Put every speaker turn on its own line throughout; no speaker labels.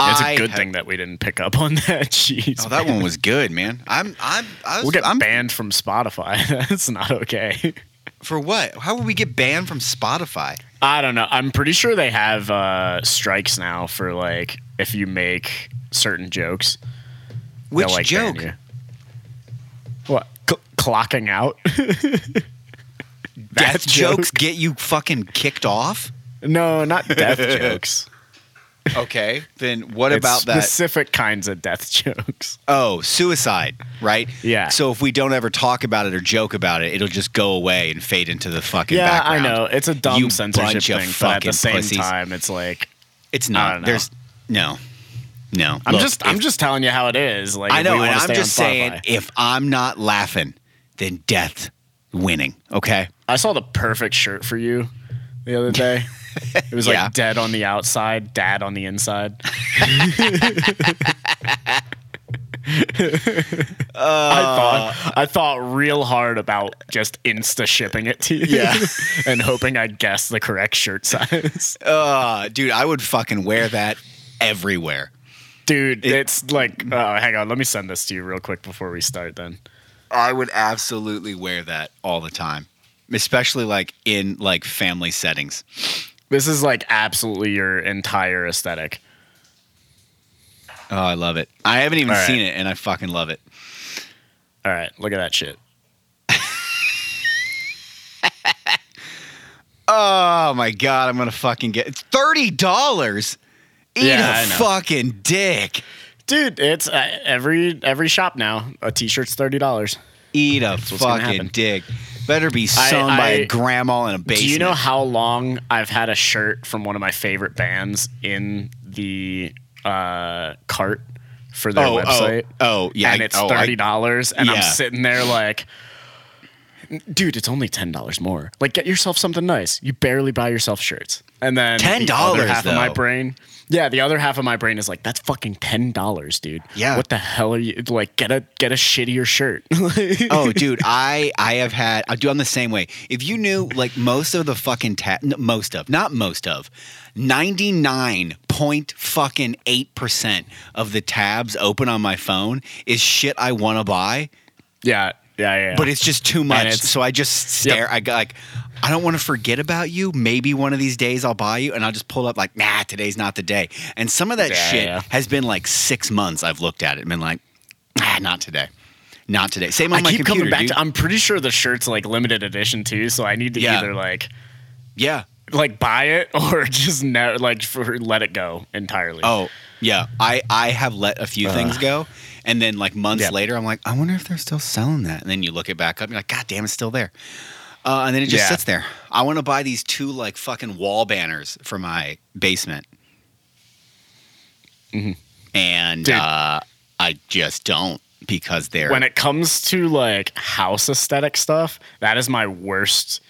it's a
I
good
have-
thing that we didn't pick up on that. Jeez,
Oh, that
man.
one was good, man. I'm, I'm, I was,
We'll get
I'm
banned from Spotify. That's not okay.
for what? How would we get banned from Spotify?
I don't know. I'm pretty sure they have uh, strikes now for like if you make certain jokes. they'll,
Which
like, ban
joke?
you. What C- clocking out?
Death
That
jokes
joke?
get you fucking kicked off.
No, not death jokes.
Okay, then what
It's
about that?
Specific kinds of death jokes.
Oh, suicide, right?
Yeah.
So if we don't ever talk about it or joke about it, it'll just go away and fade into the fucking
yeah, I
background.
know it's a dumb
You
censorship
bunch of
thing, but at
fucking
the same
pussies.
time, it's like
It's
I
not.
don't know.
There's no, no.
I'm
Look,
just I'm
if-
just telling you how it is. Like
I
if we
know,
wanna
and I'm
stay
just
on
saying,
Spotify.
if I'm not laughing, then death winning. Okay.
I saw the perfect shirt for you the other day. It was
Yeah.
like dead on the outside, dad on the inside. I
Uh,
thought I thought real hard about just insta shipping it to you,
Yeah.
and hoping I guessed the correct shirt size.
Uh, dude, I would fucking wear that everywhere.
Dude, it's like, oh, hang on, let me send this to you real quick before we start. Then
I would absolutely wear that all the time, especially like in like family settings.
this is like absolutely your entire aesthetic.
Oh, I love it. I haven't even
All right.
seen it, and I fucking love it.
All right, look at that shit.
Oh my god, I'm gonna fucking get it's thirty dollars. Eat
Yeah,
a
I know.
fucking dick.
Dude, it's uh, every every shop now. A t-shirt's thirty dollars.
Eat a
what's gonna
fucking
happen.
dick. Better be sewn by
I-
a grandma in a basement.
Do you know how long I've had a shirt from one of my favorite bands in the uh, cart for their
oh,
website?
Oh, oh, yeah.
and it's
oh, I-
thirty dollars, and
Yeah.
I'm sitting there like, dude, it's only ten dollars more. Like, get yourself something nice. You barely buy yourself shirts, and then the other
$10
Half of my
though.
brain, yeah, the other half of my brain is like, that's fucking ten dollars, dude.
Yeah.
what the hell are you like? Get a get a shittier shirt.
oh, dude, I I have had. I do. I'm the same way. If you knew, like most of the fucking ta- n- most of, not most of, ninety nine point fucking eight percent of the tabs open on my phone is shit I want to buy,
yeah, yeah, yeah.
but it's just too much.
it's-
So I just stare. I go like, I don't want to forget about you. Maybe one of these days I'll buy you, and I'll just pull up like, nah, today's not the day. And some of that
Yeah,
shit
yeah.
has been like six months. I've looked at it and been like, ah, not today. Not today. Same on
I
my
keep
computer,
coming back
dude.
to. um, I'm pretty sure the shirt's like limited edition too, so I need to
Yeah.
either like
yeah.
like buy it or just ne- like for, let it go entirely.
Oh, yeah. I I have let a few things go, and then like months
Uh. Yeah.
later, I'm like, I wonder if they're still selling that. And then you look it back up, and you're like, God damn, it's still there. Uh, and then it just
Yeah.
sits there. I want to buy these two like fucking wall banners for my basement, and
Mm-hmm. Dude.
uh, I just don't because they're
when it comes to like house aesthetic stuff, that is my worst.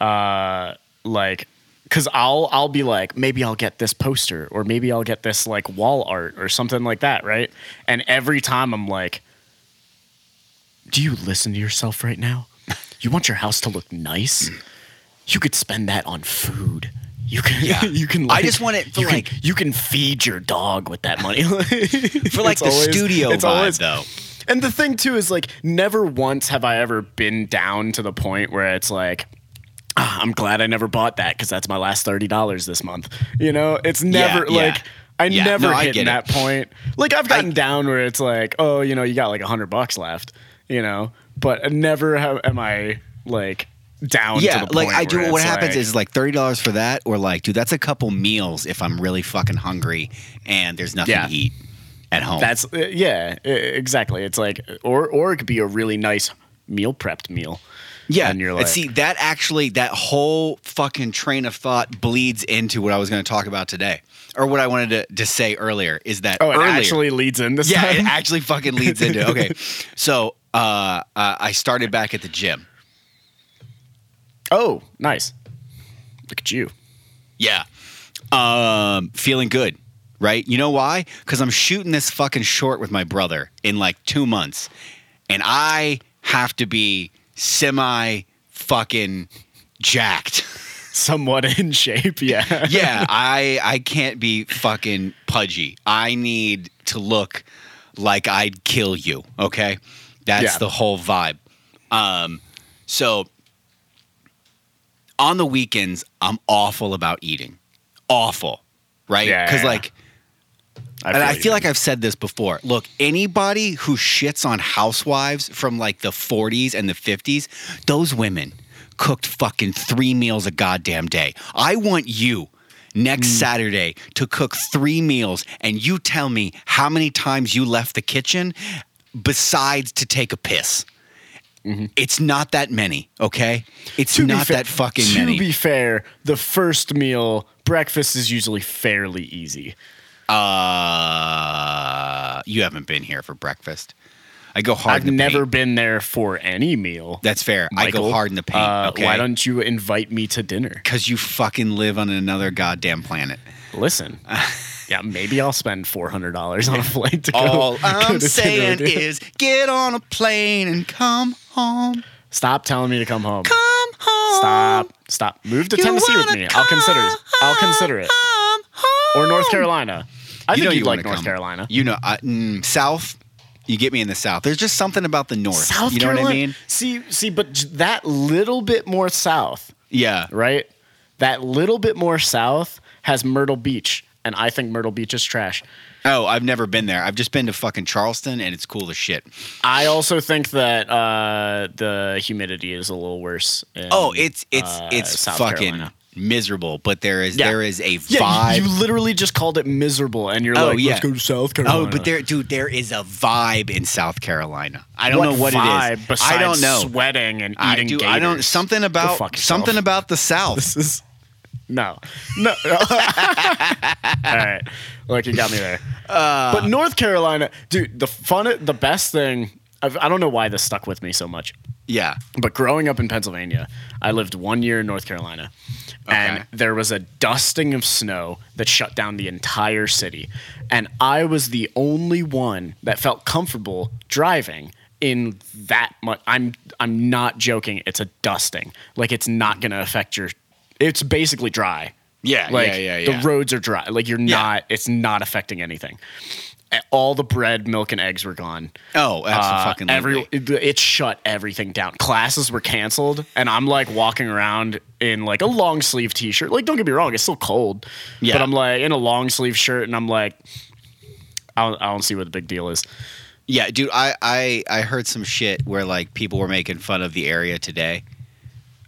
Uh, like, cause I'll I'll be like, maybe I'll get this poster, or maybe I'll get this like wall art, or something like that, right? And every time I'm like, do you listen to yourself right now? You want your house to look nice? You could spend that on food. You can,
Yeah.
you can.
I
Like,
just want it for,
you can-
like-
you can feed your dog with that money.
for like
It's
the
always-
studio
it's
vibe
always-
though.
and the thing too is like never once have I ever been down to the point where it's like "Ah, I'm glad I never bought that because that's my last thirty dollars this month. You know, it's never
yeah.
like I
Yeah,
never
no, I
hit
get
that point. Like I've gotten down where it's like, oh, you know, you got like a hundred bucks left. You know, but never have, am I like down.
Yeah,
to the
like
point
I do.
where
What
it's
happens
like-
is like thirty dollars for that, or like, dude, that's a couple meals if I'm really fucking hungry and there's nothing
Yeah.
to eat at home.
That's uh, yeah, e- exactly. It's like or or it could be a really nice meal prepped meal.
yeah.
and you're
And
like-
see, that actually, that whole fucking train of thought bleeds into what I was going to talk about today, or what I wanted to, to say earlier is that
Oh, it
earlier,
actually leads in this
yeah,
time.
it actually fucking leads into okay. So uh, uh, I started back at the gym.
Oh, nice. Look at you.
Yeah. Um, feeling good, right? You know why? Because I'm shooting this fucking short with my brother in like two months, and I have to be semi fucking jacked.
somewhat in shape. Yeah.
yeah, I I can't be fucking pudgy. I need to look like I'd kill you. Okay, that's
Yeah.
the whole vibe. Um, so on the weekends, I'm awful about eating. Awful, right?
Yeah,
Because
yeah.
like and I
you.
feel like I've said this before. Look, anybody who shits on housewives from like the 40s and the 50s, those women cooked fucking three meals a goddamn day. I want you next
Mm.
Saturday to cook three meals and you tell me how many times you left the kitchen besides to take a piss. It's not that many, okay? It's
Mm-hmm. To be
not
fa-
that fucking
to
many.
be fair, the first meal, breakfast is usually fairly easy.
uh, you haven't been here for breakfast. I go hard.
I've
in the paint.
never been there for any meal.
That's fair. I go
Michael.
hard in the paint.
Uh,
okay.
Why don't you invite me to dinner?
Because you fucking live on another goddamn planet.
Listen,
Uh,
yeah, maybe I'll spend four hundred dollars on a flight to go.
All
go to
I'm
dinner
saying
with you.
is get on a plane and come home.
stop telling me to come home.
Come home.
Stop, stop. Move to
You
Tennessee with
wanna
me. I'll consider it. I'll consider it.
come home.
Or North Carolina. I
You know
think
you
you'd like
wanna
North
come.
Carolina.
You know, I, mm, South. You get me in the South. There's just something about the North.
South
you know
Carolina.
what I mean?
See, see, but j- that little bit more south,
Yeah.
right? That little bit more south has Myrtle Beach, and I think Myrtle Beach is trash.
Oh, I've never been there. I've just been to fucking Charleston, and it's cool as shit.
I also think that uh, the humidity is a little worse. in,
Oh, it's it's
uh,
it's
South
fucking
Carolina.
miserable. But there is
Yeah.
there is a
Yeah,
vibe.
you literally just called it miserable, and you're
Oh,
like,
yeah.
let's go to South Carolina.
Oh, but there, dude, there is a vibe in South Carolina. I don't know what
vibe
it is.
Besides
I don't know.
Sweating and
I
eating.
do. I don't.
Gators?
Something
Go
about
fuck yourself.
something about the South.
This is no, no. no. All right, look, you got me there. but North Carolina, dude, the fun, the best thing. I've, I don't know why this stuck with me so much,
yeah.
but growing up in Pennsylvania, I lived one year in North Carolina,
Okay.
and there was a dusting of snow that shut down the entire city, and I was the only one that felt comfortable driving in that much. I'm I'm not joking. It's a dusting. Like it's not gonna affect your. It's basically dry.
Yeah,
Like
yeah, yeah, yeah.
the roads are dry. Like you're not. It's not affecting anything. And All the bread, milk, and eggs were gone.
Oh,
Uh,
absolutely.
every it, it shut everything down. Classes were canceled, and I'm like walking around in like a long sleeve t-shirt. Like, don't get me wrong, it's still cold,
Yeah.
but I'm like in a long sleeve shirt, and I'm like, I don't, I don't see what the big deal is.
yeah, dude. I, I I heard some shit where like people were making fun of the area today.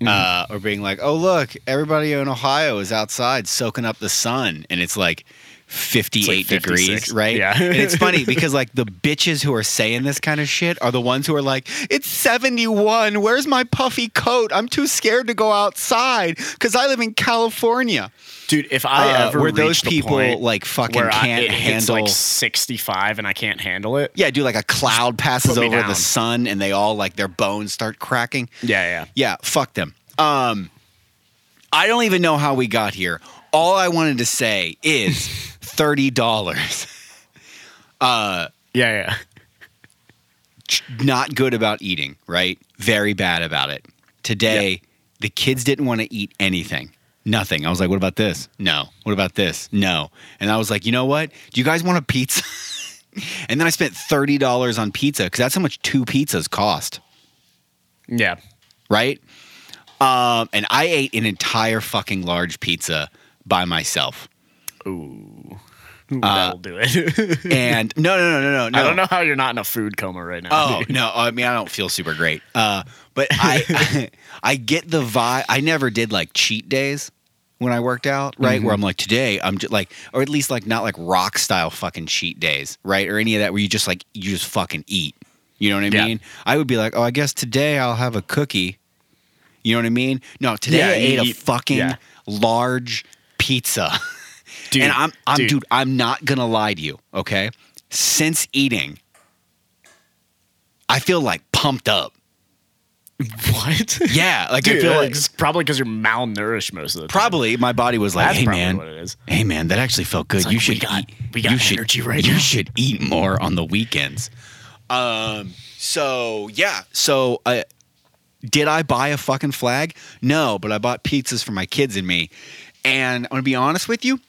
Mm-hmm.
Uh, or being like, oh look, everybody in Ohio is outside soaking up the sun, and it's like fifty-eight
56,
degrees, right?
yeah.
and it's funny because like the bitches who are saying this kind of shit are the ones who are like, it's seventy-one. Where's my puffy coat? I'm too scared to go outside because I live in California.
Dude, if I
Uh,
ever
were those
reach the
people,
point
like, fucking
where I,
can't
it hits, like
handle-
65 and I can't handle it.
Yeah, dude, like a cloud passes
Put me
over the
down.
sun, and they all like their bones start cracking.
Yeah, yeah.
Yeah, fuck them. Um, I don't even know how we got here. All I wanted to say is thirty dollars.
Yeah, yeah.
Not good about eating, right? Very bad about it. Today, the kids didn't want to eat anything. Nothing. I was like, what about this? No. What about this? No. And I was like, you know what? Do you guys want a pizza? and then I spent $30 on pizza because that's how much two pizzas cost.
Yeah.
right? Um, and I ate an entire fucking large pizza by myself.
Ooh. That'll do it.
And no, no, no, Uh, no, no, no.
I don't know how you're not in a food coma right now.
Oh no, I mean I don't feel super great. Uh, but I, I get the vibe. I never did like cheat days when I worked out, right?
Mm-hmm.
Where I'm like today, I'm just like, or at least like not like rock style fucking cheat days, right? Or any of that where you just like you just fucking eat. You know what I
Yeah.
mean? I would be like, oh, I guess today I'll have a cookie. You know what I mean? No, today
Yeah,
I ate
you-
a fucking
yeah.
large pizza.
dude.
and I'm, I'm,
dude.
dude. I'm not gonna lie to you. Okay, since eating, I feel like pumped up.
What?
Yeah, like
Dude,
I feel
uh,
like
it's probably because you're malnourished most of the time.
probably my body was like,
That's
hey
probably
man,
what it is.
hey man, that actually felt good.
like,
you
we
should
got-
eat.
we got
you should,
energy right
You
now."
should eat more on the weekends. Um. So yeah. So I. Did I buy a fucking flag? No, but I bought pizzas for my kids and me. And I'm gonna be honest with you,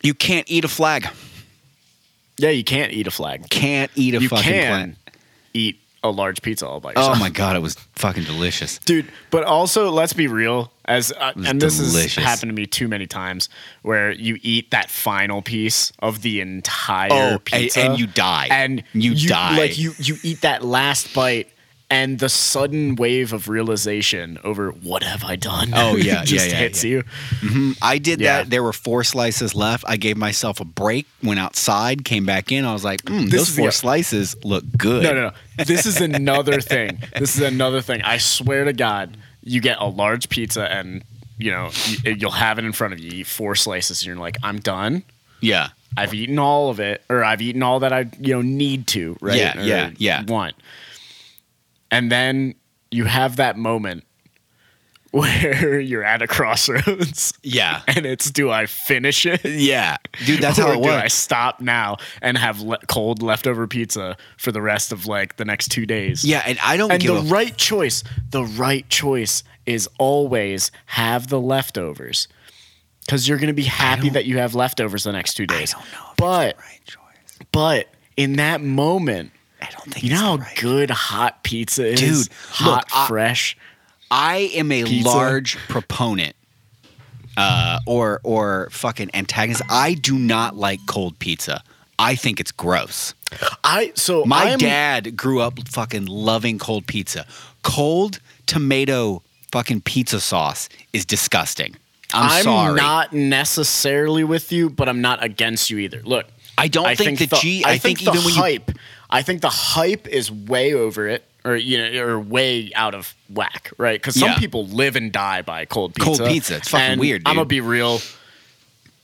you can't eat a flag.
Yeah, you can't eat a flag.
Can't eat a
you
fucking
can
flag.
eat a large pizza all by yourself.
Oh my god, it was fucking delicious.
dude but also let's be real as uh,
was
and this has
delicious.
happened to me too many times where you eat that final piece of the entire
Oh, and-
pizza
and you die.
and
You die.
like you you eat that last bite and the sudden wave of realization over what have i done
Oh, yeah, yeah,
just
yeah,
hits
yeah.
you
I did
Yeah.
that. There were four slices left. I gave myself a break, went outside, came back in. I was like, mm,
This
those
is
four
the-
slices look good.
No, no, no. This is another thing. This is another thing. I swear to God, you get a large pizza and you know you, you'll have it in front of you. You eat four slices and you're like, I'm done.
Yeah.
I've eaten all of it, or I've eaten all that I you know need to, right?
Yeah,
Or
yeah, yeah.
Want, and then you have that moment where you're at a crossroads,
Yeah.
and it's do I finish it?
Yeah. Dude, that's
or
how it
do I
was.
stop now and have le- cold leftover pizza for the rest of like the next two days?
Yeah. And I don't
And
give
the
a
right choice, the right choice is always have the leftovers. Because you're going to be happy that you have leftovers the next two days.
don't know if it's
But,
right choice.
but in that moment,
I don't think
you know
it's the
how
right-
good hot pizza is?
Dude,
hot,
look, I-
fresh.
I am a
Pizza.
large proponent uh, or or fucking antagonist. I do not like cold pizza. I think it's gross.
I, so
My
I'm-
dad grew up fucking loving cold pizza. Cold tomato fucking pizza sauce is disgusting. I'm,
I'm
sorry.
not necessarily with you, but I'm not against you either. Look,
I don't think the G- I think
the
even when you-
hype, I think the hype is way over it, or you know, or way out of whack, right? Because some
Yeah.
people live and die by cold pizza.
Cold pizza, it's fucking
And
weird,
I'm gonna
dude.
be real.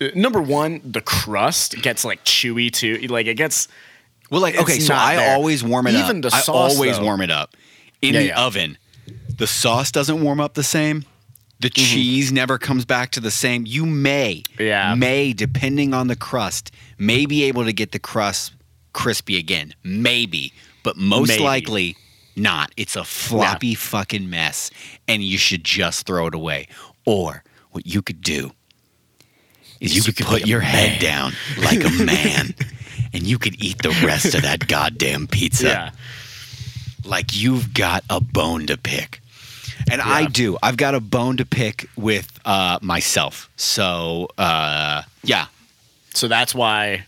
Uh, Number one, the crust gets like chewy too. Like it gets.
Well, like
It's
okay, so
not
I
there.
always warm it up.
Even the
I
sauce,
always
though.
warm it up in
Yeah,
the
yeah.
oven. The sauce doesn't warm up the same. The
Mm-hmm.
cheese never comes back to the same. You may,
Yeah.
may, depending on the crust, may be able to get the crust crispy again. Maybe, but most
Maybe.
likely not. It's a floppy fucking mess, and you should just throw it away. Or what you could do is you, could, put your head down like a man and you could eat the rest of that goddamn pizza
Yeah,
like you've got a bone to pick. And I
Yeah.
do. I've got a bone to pick with uh, myself. So, uh, yeah.
so that's why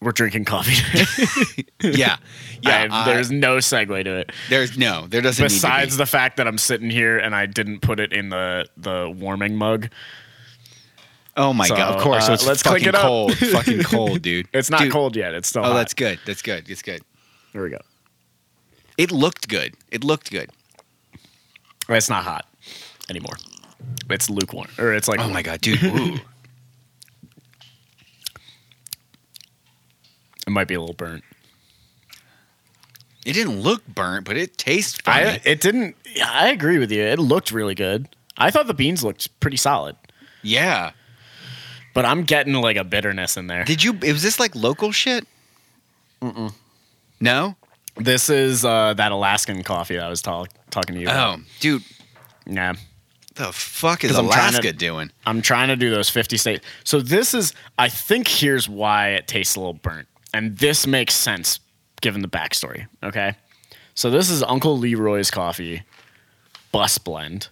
we're drinking coffee.
Yeah. Yeah.
And
I-
there's no segue to it.
there's no, there doesn't
besides
need to
the fact that I'm sitting here and I didn't put it in the the warming mug.
be. Oh my
so,
God. Of course.
uh,
so it's
let's
fucking
clink it up.
cold. fucking cold, dude.
It's not
Dude,
cold yet. It's still
Oh,
hot.
that's good. That's good. It's good.
There we go.
It looked good. It looked good.
It's not hot anymore. It's lukewarm, or it's like
Oh my God, dude. Ooh.
it might be a little burnt.
It didn't look burnt, but it tastes funny.
I it didn't. I agree with you. It looked really good. I thought the beans looked pretty solid,
yeah.
but I'm getting like a bitterness in there.
Did you? Was this like local shit? Mm-mm. No.
This is uh, that Alaskan coffee that I was talk, talking to you. about.
Oh, dude,
yeah.
the fuck is
'Cause I'm trying to-
Alaska doing?
I'm trying to do those 50 states. So this is, I think here's why it tastes a little burnt. And this makes sense given the backstory. Okay. So this is Uncle Leroy's coffee bus blend.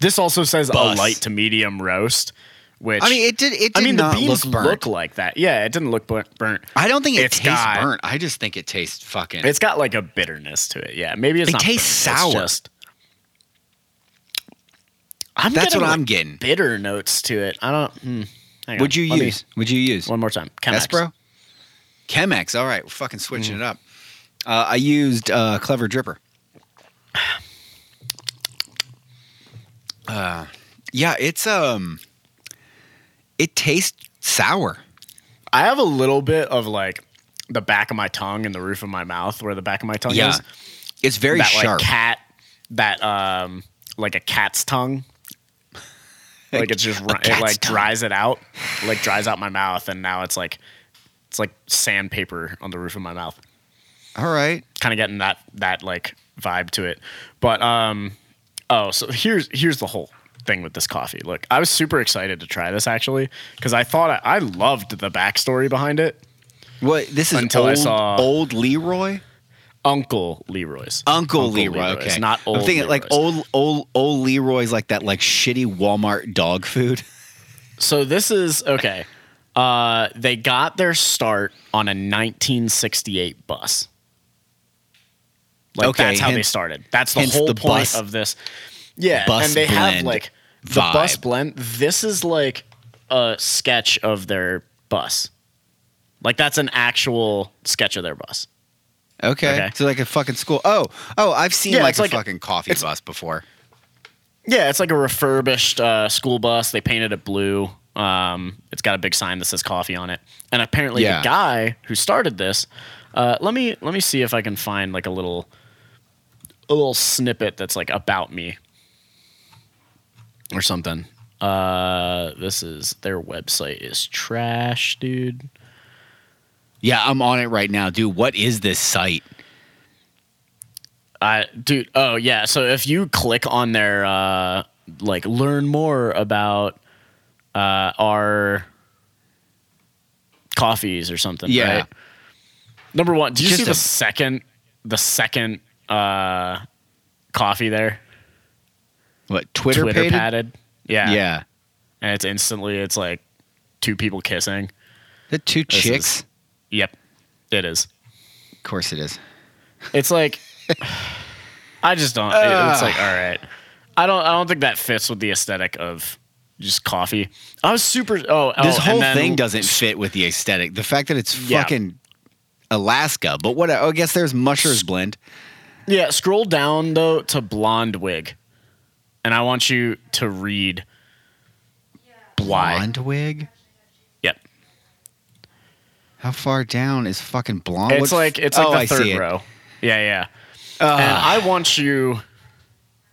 This also says
Bus.
a light to medium roast, which
I mean, it did. It did
I mean
not
the beans
look burnt.
like that. Yeah, it didn't look bur- burnt.
I don't think it
It's
tastes
got-
burnt. I just think it tastes fucking.
It's got like a bitterness to it. Yeah, maybe it's
It
not.
tastes
burnt, it's
sour.
just- I'm
That's
getting,
what
like,
I'm getting.
bitter notes to it. I don't. Hmm. Hang
Would
on.
you
Let me-
use? Would you use
one more time? Chemex.
Espro? Chemex. All right, we're fucking switching it up. Uh, I used uh, Clever Dripper. Uh, yeah, it's um, it tastes sour.
I have a little bit of like the back of my tongue and the roof of my mouth, where the back of my tongue Oh, is.
it's very
that
sharp.
like cat, that um, like a cat's tongue. Like it's just ri- it
cat's
like
tongue.
dries it out, like dries out my mouth, and now it's like it's like sandpaper on the roof of my mouth.
All right.
Kind of getting that that like vibe to it. But um, oh, so here's here's the whole thing with this coffee. Look, I was super excited to try this actually because I thought I, I loved the backstory behind it.
What this is
Until I
old,
saw-
old Leroy,
Uncle Leroy's.
Uncle, Leroy.
Leroy's,
Okay,
not old.
I'm thinking like
Leroy's.
old old old Leroy's like that like shitty Walmart dog food.
So this is okay. Uh, they got their start on a 1968 bus. Like
Okay,
that's how they
hence-
started. That's the
hence
whole
the
point
bus-
of this. Yeah,
bus
and they have
blend
like the bus
vibe.
blend. This is like a sketch of their bus. Like that's an actual sketch of their bus.
Okay.
Okay.
so like a fucking school. Oh oh, I've seen
Yeah,
like
it's
a
like a-
fucking coffee bus before.
Yeah, it's like a refurbished uh, school bus. They painted it blue. Um, it's got a big sign that says coffee on it. And apparently,
Yeah.
the guy who started this, uh, let me let me see if I can find like a little a little snippet that's like about me or something. Uh, this is their website is trash, dude.
Yeah, I'm on it right now, dude. What is this site?
I dude, oh yeah. So if you click on their uh like learn more about uh our coffees or something,
Yeah.
right? Number one, do you
Just
see the
a-
second the second uh coffee there?
What Twitter,
Twitter
pated?
padded. Yeah.
Yeah,
And it's instantly it's like two people kissing.
the two
This is-
chicks.
Yep. It is.
Of course it is.
It's like I just don't. it's like all right. I don't. I don't think that fits with the aesthetic of just coffee. I was super. Oh, oh,
this
and
whole
then-
thing doesn't fit with the aesthetic. The fact that it's
Yeah.
fucking Alaska, but what? Oh, I guess there's mushers blend.
Yeah, scroll down though to blonde wig, and I want you to read why.
Blonde wig.
Yep.
How far down is fucking blonde?
It's
What f-
like it's like
Oh,
the
I
third
see it.
row. Yeah, yeah.
Ugh.
and I want you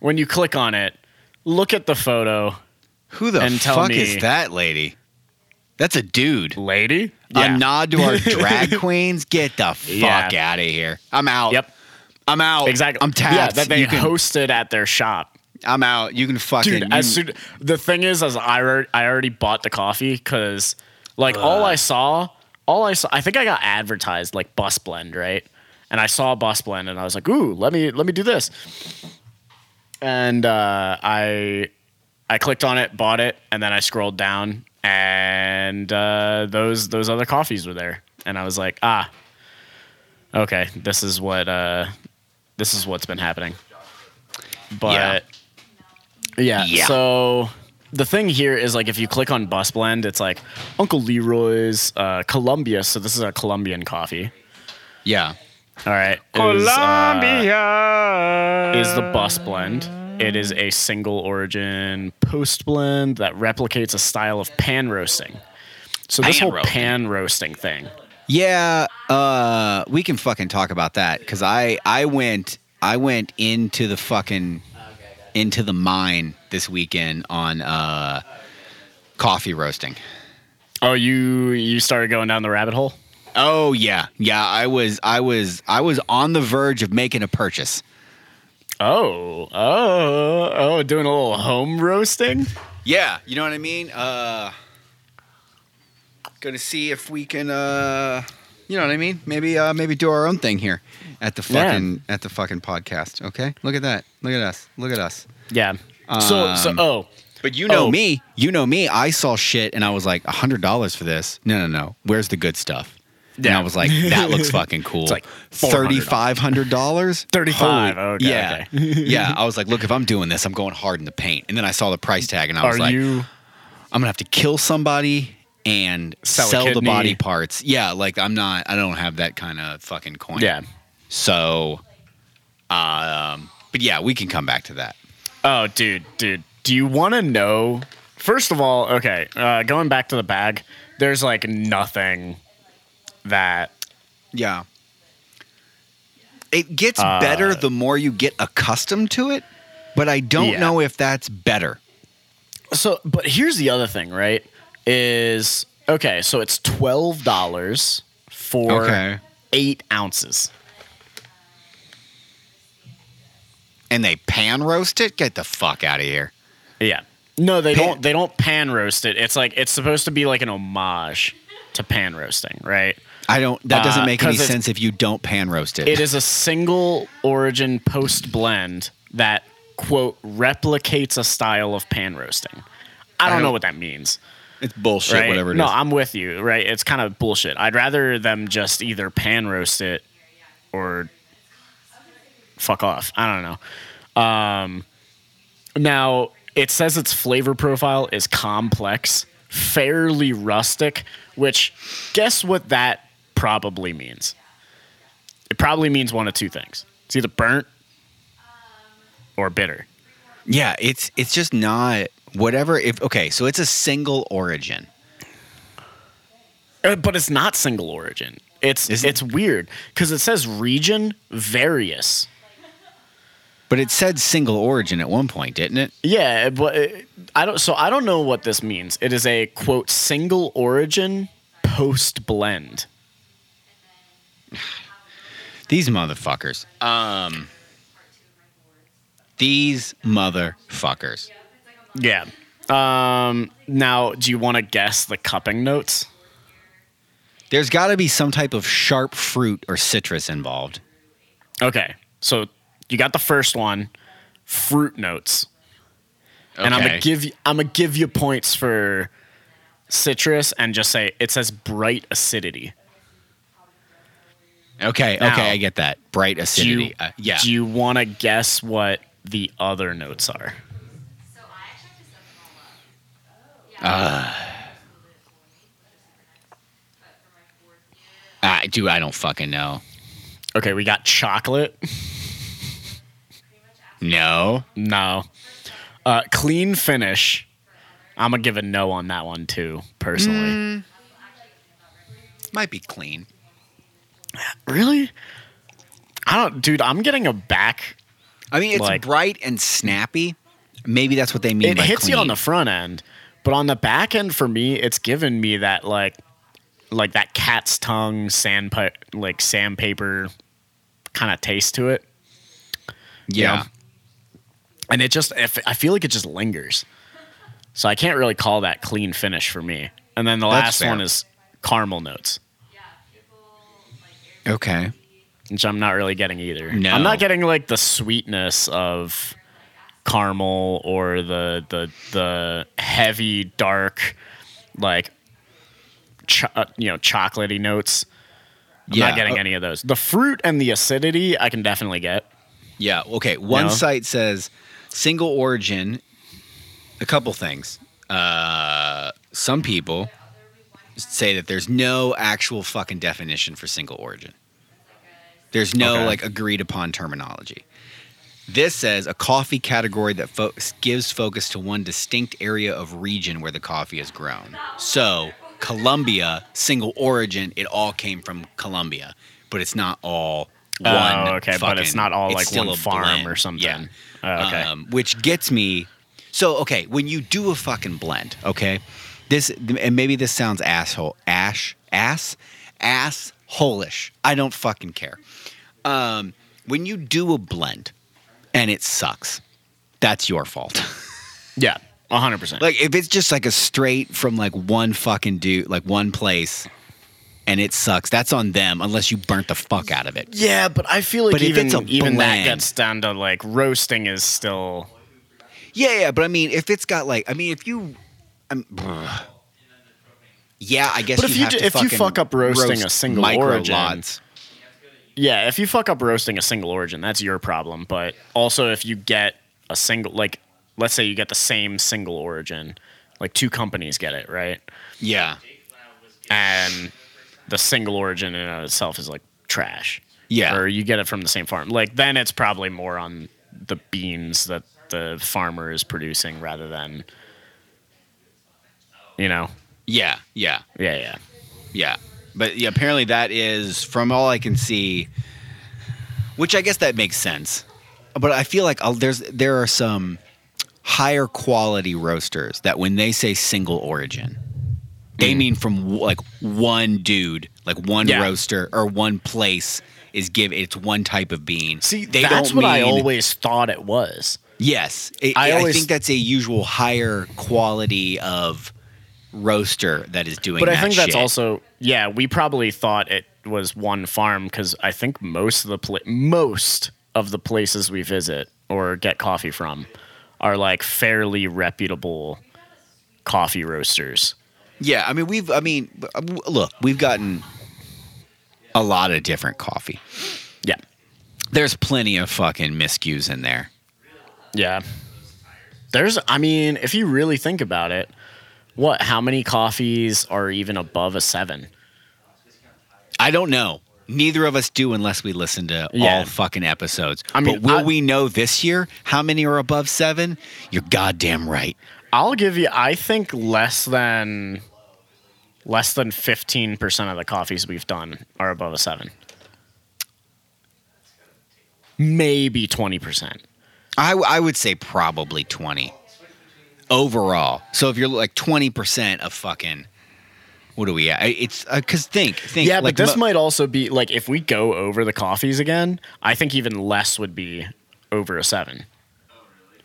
when you click on it, look at the photo,
Who the
and tell
fuck
me-
is that lady? That's a dude.
lady.
A nod to our drag queens. Get the fuck
Yeah.
out of here. I'm out.
Yep.
I'm out.
Exactly.
I'm tapped.
Yeah, that they
you can,
hosted at their shop.
I'm out. You can fucking.
dude.
you-
As soon, the thing is, as I already, I already bought the coffee because, like, all I saw, all I saw, I think I got advertised like Bus Blend, right? And I saw Bus Blend, and I was like, "Ooh, let me let me do this." And uh, I, I clicked on it, bought it, and then I scrolled down, and uh, those those other coffees were there, and I was like, "Ah, okay, this is what uh, this is what's been happening." But. Yeah.
Yeah.
So the thing here is like if you click on Bus Blend, it's like Uncle Leroy's uh, Columbia. So this is a Colombian coffee.
yeah.
All right. Colombia is, uh, is the Bus Blend. It is a single origin post blend that replicates a style of pan roasting. So this
Pan
whole
roasting.
pan roasting thing.
Yeah, uh, we can fucking talk about that because I I went I went into the fucking into the mine this weekend on uh, coffee roasting.
Oh, you you started going down the rabbit hole.
Oh yeah, yeah. I was I was I was on the verge of making a purchase.
Oh, oh, oh, doing a little home roasting.
Yeah, you know what I mean. Uh, gonna see if we can. Uh, you know what I mean? Maybe uh, maybe do our own thing here at the
Yeah.
fucking at the fucking podcast. Okay, look at that. Look at us. Look at us.
Yeah. so so
Um,
oh,
But you know
Oh.
me. You know me. I saw shit and I was like, hundred dollars for this. No, no, no. Where's the good stuff? And
Yeah.
I was like, that looks fucking cool.
It's like
thirty five hundred dollars.
$3,500. Okay,
Yeah, yeah. I was like, look, if I'm doing this, I'm going hard in the paint. And then I saw the price tag and I
are
was like,
you?
I'm gonna have to kill somebody and
Sell
sell,
a
the
kidney.
body parts. Yeah, like I'm not. I don't have that kind of fucking coin.
Yeah.
So, um, but yeah, we can come back to that.
Oh, dude, dude. Do you want to know? First of all, okay, uh, going back to the bag, there's like nothing that.
Yeah. It gets
Uh,
better the more you get accustomed to it, but I don't
Yeah.
know if that's better.
So, but here's the other thing, right? Is okay, so it's $12 for
Okay.
eight ounces.
and they pan roast it. Get the fuck out of here.
Yeah. No, they
Pan-
don't. They don't pan roast it. It's like it's supposed to be like an homage to pan roasting, right?
I don't. That doesn't
Uh,
make any
'cause it's-
sense if you don't pan roast it.
It is a single origin post blend that quote replicates a style of pan roasting. I don't, know
don't-
what that means.
It's bullshit.
right?
Whatever it is.
no, I'm with you. Right? It's kind of bullshit. I'd rather them just either pan roast it or fuck off. I don't know. Um, now it says its flavor profile is complex, fairly rustic. Which guess what that probably means? It probably means one of two things. It's either burnt or bitter.
Yeah, it's it's just not whatever. If okay, so it's a single origin.
Uh, but it's not single origin. It's
Isn't-
it's weird because it says region various.
But it said single origin at one point, didn't it?
Yeah, but uh, I don't. So I don't know what this means. It is a quote single origin post blend.
These motherfuckers. Um These motherfuckers.
Yeah. Um. Now, do you want to guess the cupping notes?
There's got to be some type of sharp fruit or citrus involved.
Okay. So you got the first one, fruit notes, and I'm gonna
Okay.
give you, I'm gonna give you points for citrus and just say it says bright acidity.
Okay,
Now-
okay, I get that. Bright acidity. uh, yeah.
Do you want to guess what the other notes are?
I do I don't fucking know.
Okay, we got chocolate.
No.
No. Uh, clean finish. I'm gonna give a no on that one too, personally.
Might be clean.
Really? I don't, dude. I'm getting a back.
I mean, it's
Like-
bright and snappy. Maybe that's what they mean
It
by
hits you on
clean.
the front end, but on the back end for me, it's given me that like, like that cat's tongue sandpi- like sandpaper kind of taste to it.
Yeah.
know? and it just I f- I feel like it just lingers. So I can't really call that clean finish for me. And then the
That's
last
fair.
one is caramel notes,
Okay.
which I'm not really getting either.
No.
I'm not getting like the sweetness of caramel or the the the heavy dark like cho- uh, you know chocolatey notes. I'm
yeah. uh,
not getting any of those. The fruit and the acidity I can definitely get.
Yeah. Okay. One
No?
site says single origin. A couple things. Uh, some people say that there's no actual fucking definition for single origin. There's no
Okay.
like agreed upon terminology. This says a coffee category that fo- gives focus to one distinct area of region where the coffee is grown. So, Colombia, single origin, it all came from Colombia, but it's not all one.
oh, okay, but it's
fucking-
not all
it's
like
still
one
a
farm
blend.
or something.
Yeah.
Oh, okay.
Um, which gets me. So okay, when you do a fucking blend, okay, this and maybe this sounds asshole, ash, ass, ass, holish. I don't fucking care. Um, when you do a blend, and it sucks, that's your fault.
yeah, 100%.
like if it's just like a straight from like one fucking dude, like one place, and it sucks, that's on them. Unless you burnt the fuck out of it.
Yeah, but I feel like
But if
even
it's a
even that
blend-
gets down to like roasting is still
Yeah, yeah, but I mean, if it's got like, I mean, if you, I'm, yeah, I guess.
But if you
have
do-
to
if you
fucking
fuck up roasting
roast
a single
micro
origin-
lots.
yeah. If you fuck up roasting a single origin, that's your problem. But also if you get a single like let's say you get the same single origin, like two companies get it right,
yeah,
and the single origin in and of itself is like trash.
Yeah.
or you get it from the same farm. Like then it's probably more on the beans that the farmer is producing rather than you know
yeah, yeah,
yeah yeah
yeah. But yeah, apparently that is, from all I can see, which I guess that makes sense. But I feel like i there's there are some higher quality roasters that when they say single origin, they mean from w- like one dude, like one
Mm. Yeah.
roaster or one place is give it's one type of bean.
See, that's what I always thought it was.
Yes, it,
I
I,
always-
think that's a usual higher quality of roaster that is doing.
But I
that
think that's
shit.
also yeah. We probably thought it was one farm because I think most of the pla- most of the places we visit or get coffee from are like fairly reputable coffee roasters.
yeah. I mean, we've I mean, b- uh, w- look, we've gotten a lot of different coffee.
Yeah,
There's plenty of fucking miscues in there.
yeah. There's, I mean, if you really think about it, what? How many coffees are even above a seven?
I don't know. Neither of us do unless we listen to
Yeah.
all fucking episodes.
I mean,
but will
I-
we know this year how many are above seven? You're goddamn right.
I'll give you. I think less than less than fifteen percent of the coffees we've done are above a seven. Maybe twenty percent.
I, I would say probably 20 overall. So if you're like 20% of fucking, what are we at? I- It's because think, think.
Yeah,
like
but this
mo-
might also be like if we go over the coffees again. I think even less would be over a seven.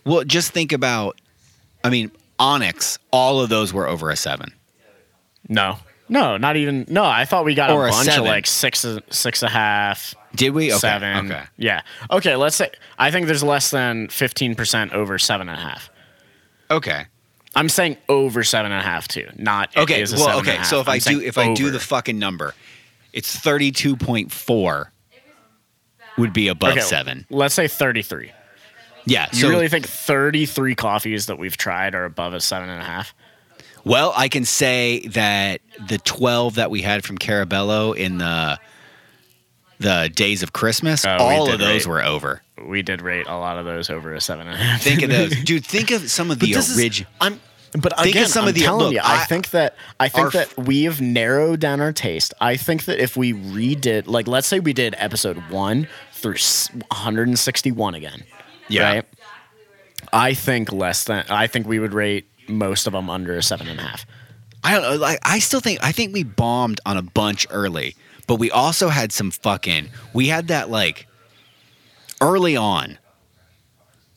Well, just think about, I mean, Onyx, all of those were over a seven.
No, no, not even. No, I thought we got
Or
a
a
bunch of
seven.
like six, six and a half.
Did we? Okay.
seven.
Okay.
Yeah. Okay. Let's say I think there's less than fifteen percent over seven and a half.
Okay.
I'm saying over seven and a half too, not it
Okay.
is a
Well,
seven and
okay.
a half.
So if
I'm
i do
saying
if I do
over.
the fucking number, it's thirty two point four would be above
Okay,
seven.
let's say 33.
Yeah.
You
so
really think 33 coffees that we've tried are above a seven and a half?
well, I can say that the twelve that we had from Carabello in the the days of Christmas,
Oh, we
all
did
of those
right.
were over.
We did rate a lot of those over a seven and a half.
Think of those, dude. Think of some of the
this
original.
Is, I'm. But
Think
again,
of some
I'm
of the-
telling
look,
you, I,
I-
think that I think
our
that
f-
we have narrowed down our taste. I think that if we redid, like, let's say we did episode one through s- 161 again,
Yeah.
right? I think less than I think we would rate most of them under a seven and a half.
I don't know. Like, I still think I think we bombed on a bunch early, but we also had some fucking. We had that like early on.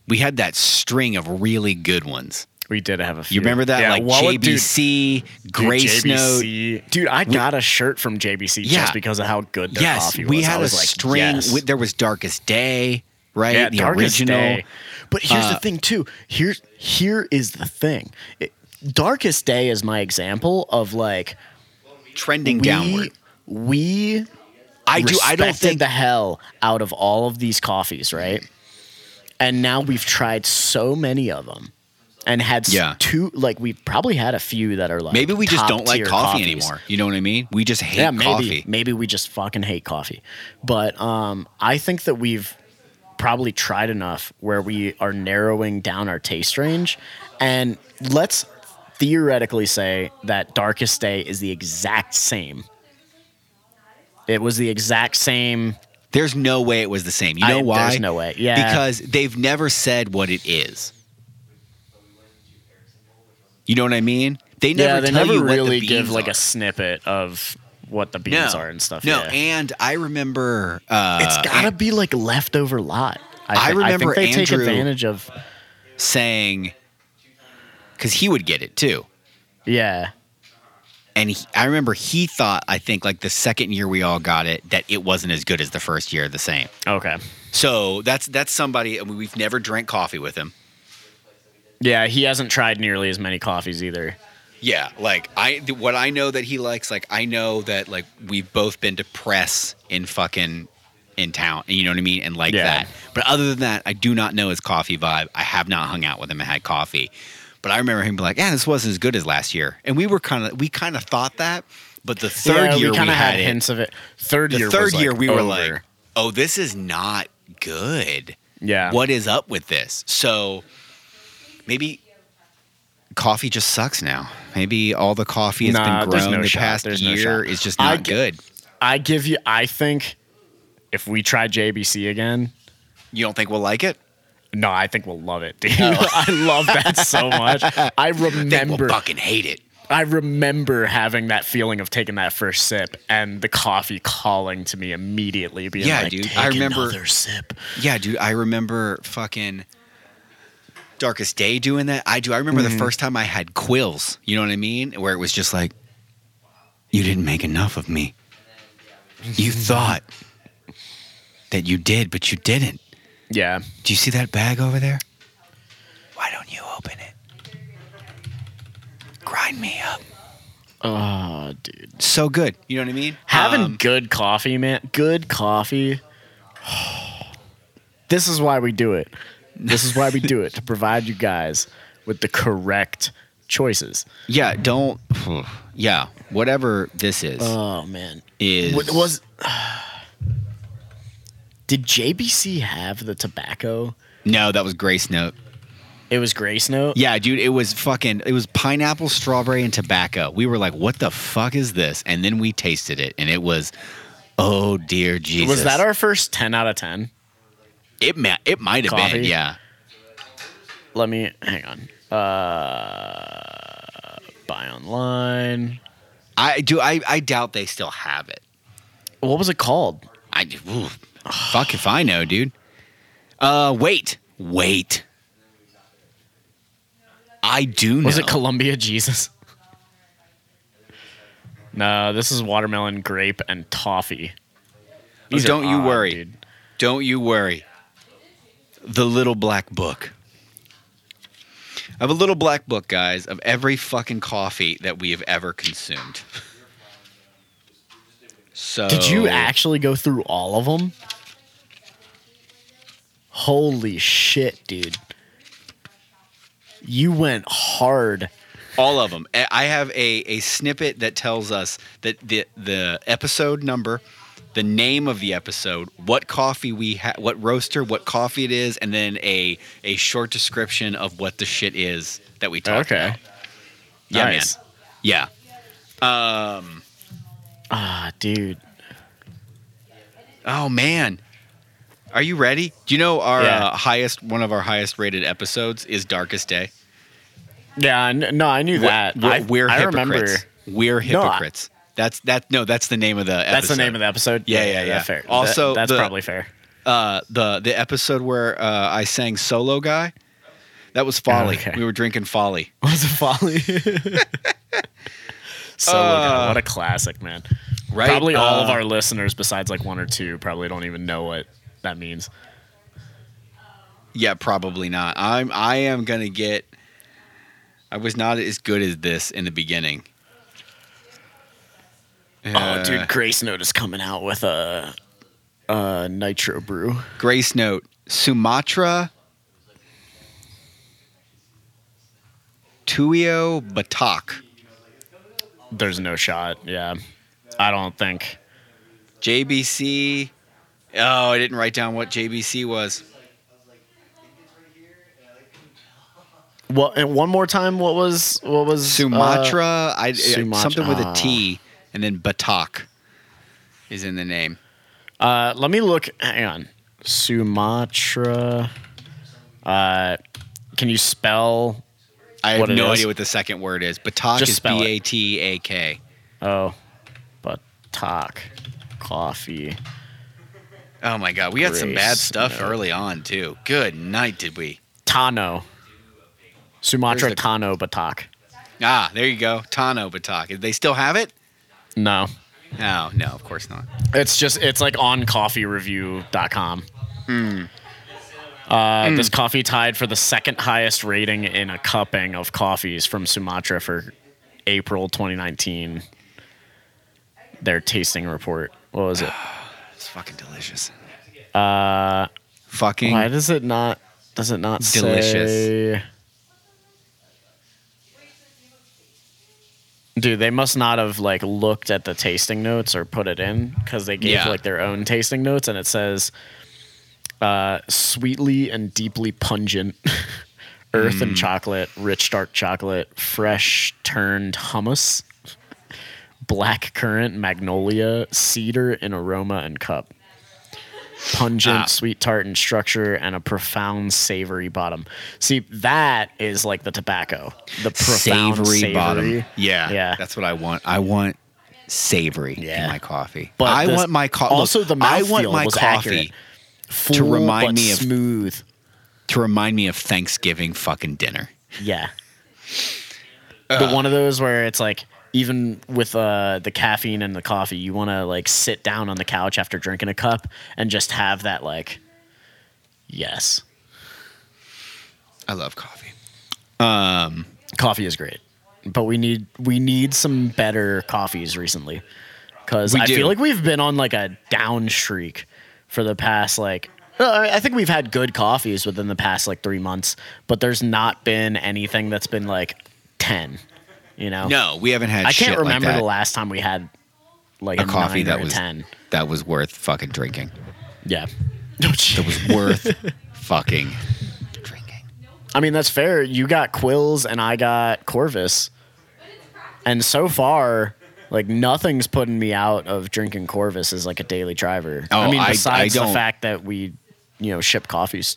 We had that string of really good ones.
We did have a few.
You remember that
Yeah,
like
what would- dude,
JBC, Grace
dude,
Note.
JBC. Dude, I got a shirt from JBC
Yeah.
just because of how good their
Yes,
coffee was.
we
I
had a
was like,
string.
yes.
With, there was Darkest Day, right?
yeah,
the
Darkest
original.
Day. But here's the
Uh,
thing too. Here's here is the thing. It- Darkest Day is my example of like
trending
we
downward.
we
I do. I don't
respected
think
the hell out of all of these coffees, right? And now we've tried so many of them, and had s-
Yeah.
two like we've probably had a few that are like
maybe we just
top
don't like
tier
coffee
coffees.
anymore. You know what I mean? We just hate
Yeah, maybe
coffee.
maybe we just fucking hate coffee, but um, I think that we've probably tried enough where we are narrowing down our taste range, and let's theoretically say that Darkest Day is the exact same. It was the exact same
There's no way it was the same. You
I-
know why?
there's no way. Yeah.
Because they've never said what it is. You know what I mean? They never
yeah, they
tell
never
you what
really
the beans
give like
are.
a snippet of what the
no,
beans are and stuff.
No,
yeah.
and I remember uh,
it's gotta
An-
be like leftover lot.
I
thi-
remember
I think they
Andrew-
take advantage of.
saying because he would get it too.
Yeah,
And he, I remember he thought, I think, like the second year we all got it, that it wasn't as good as the first year, the same.
okay,
So that's that's somebody. I mean, we've never drank coffee with him.
yeah. He hasn't tried nearly as many coffees either.
Yeah, like I th- what I know that he likes, like I know that like we've both been to press in fucking in town, you know what I mean, and like
Yeah.
that. But other than that, I do not know his coffee vibe. I have not hung out with him and had coffee. But I remember him being like, "Yeah, this wasn't as good as last year," and we were kind of we kind of thought that. But the third
Yeah,
year
we
we,
kind of
had,
had,
it,
hints of it. Third
The
year,
third
was, like,
year we were
over.
like, "Oh, this is not good."
yeah,
What is up with this? So maybe coffee just sucks now. Maybe all the coffee has
Nah,
been
there's
grown
no
the
shot.
past
There's no
year
shot.
is just
I
not
g-
good.
I give you. I think if we try JBC again,
You don't think we'll like it?
no, I think we'll love it, dude. I love that so much. I remember.
Think we'll fucking hate it.
I remember having that feeling of taking that first sip and the coffee calling to me immediately, being
Yeah,
like,
dude,
Take
I remember-
another sip."
Yeah, dude, I remember fucking Darkest Day doing that. I do. I remember the first time I had quills, you know what I mean? Where it was just like, you didn't make enough of me. You thought that you did, but you didn't.
Yeah,
Do you see that bag over there? Why don't you open it? Grind me up.
oh, dude,
So good. You know what I mean?
having
Um,
good coffee, man, good coffee. this is why we do it. This is why we do it to provide you guys with the correct choices.
yeah, don't. Yeah, whatever this is.
Oh man,
is
What was? Did JBC have the tobacco?
no, that was Grace Note.
It was Grace Note.
Yeah, dude, it was fucking. It was pineapple, strawberry, and tobacco. We were like, "What the fuck is this?" And then we tasted it, and it was, oh dear Jesus.
Was that our first ten out of ten?
It ma- it might have
Coffee?
been. Yeah.
Let me hang on. Uh, buy online.
I do. I I doubt they still have it.
What was it called?
I ooh, fuck if I know, dude. Uh, wait, wait. I do know.
Was it Columbia Jesus? No, this is watermelon, grape, and toffee. These are
Oh, Don't you
odd,
worry.
dude.
Don't you worry. The little black book. I have a little black book, guys, of every fucking coffee that we have ever consumed. So
Did you actually go through all of them? Holy shit, dude. You went hard.
all of them? I have a, a snippet that tells us that the the episode number, the name of the episode, what coffee we ha- what roaster, what coffee it is, and then a a short description of what the shit is that we talked about. Yeah,
Nice.
man. Yeah.
Ah, dude.
Oh man. Are you ready? Do you know our
Yeah.
uh, highest one of our highest rated episodes is Darkest Day?
Yeah, I kn- no, I knew that.
We're,
I,
we're
I
hypocrites.
remember.
We're
No, I-
hypocrites. that's that no, that's the name of the episode.
That's the name of the episode.
Yeah, yeah, yeah.
That's fair.
Also,
That- that's
the-
probably fair.
uh the the episode where uh, I sang solo guy. That was Folly.
Okay.
We were drinking Folly.
Was it folly? so
Uh,
what a classic, man.
Right?
Probably all of
Uh,
our listeners, besides like one or two, probably don't even know what that means.
Yeah, probably not. I'm I am going to get I was not as good as this in the beginning. Uh,
Oh, dude, Grace Note is coming out with a, a nitro brew.
Grace note Sumatra Tuio Batak
There's no shot. Yeah, I don't think.
JBC. Oh, I didn't write down what JBC was.
Well, and one more time, what was what was uh,
Sumatra, I,
Sumatra-
something with a T, and then Batak is in the name.
Uh, let me look. Hang on. Sumatra. Uh, can you spell?
I have
What it
no
is?
idea what the second word is. Batak
Just
is
spell it.
B A T A K.
Oh, but talk coffee.
Oh my god, we had some bad
Grace
stuff
note.
early on too. Good night, did we?
Tano. Sumatra
Where's the-
Tano Batak.
Ah, there you go. Tano Batak. They still have it?
No.
No, no, of course not.
It's just it's like on coffeereview.com.
Hmm.
Uh, This coffee tied for the second highest rating in a cupping of coffees from Sumatra for April 2019. Their tasting report. What was it?
It's fucking delicious. Uh, fucking
Uh, Why does it not? Does it not
Delicious.
say? Dude, they must not have like looked at the tasting notes or put it in because they gave
Yeah.
like their own tasting notes, and it says, uh, "Sweetly and deeply pungent, earth
Mm.
and chocolate, rich dark chocolate, fresh turned hummus, black currant, magnolia, cedar in aroma and cup."
Ah.
pungent, sweet tartan structure, and a profound savory bottom. See, that is like the tobacco. The profound
savory,
savory,
bottom. Yeah,
yeah.
That's what I want. I want savory
Yeah.
in my coffee.
But
I
this-
want my coffee.
Also, the
I want
mouthfeel
my
was
coffee
accurate. Full,
remind
but
me of-
smooth.
to remind me of Thanksgiving fucking dinner.
Yeah.
Uh,
the one of those where it's like even with uh, the caffeine and the coffee, you want to like sit down on the couch after drinking a cup and just have that like, yes,
I love coffee.
coffee is great, but we need we need some better coffees recently because
We
I
do.
feel like we've been on like a down streak for the past like. uh, I I think we've had good coffees within the past like three months, but there's not been anything that's been like ten. You know,
No, we haven't had.
Oh. I
shit
can't remember
like that.
the last time we had like
A
a,
coffee
nine
that
or a
was-
ten.
that was worth fucking drinking.
Yeah.
That was worth fucking drinking.
I mean, that's fair. You got Quills and I got Corvus, and so far, like nothing's putting me out of drinking Corvus as like a daily driver.
Oh,
I mean,
I- I
besides the
don't-
fact that we, you know, ship coffees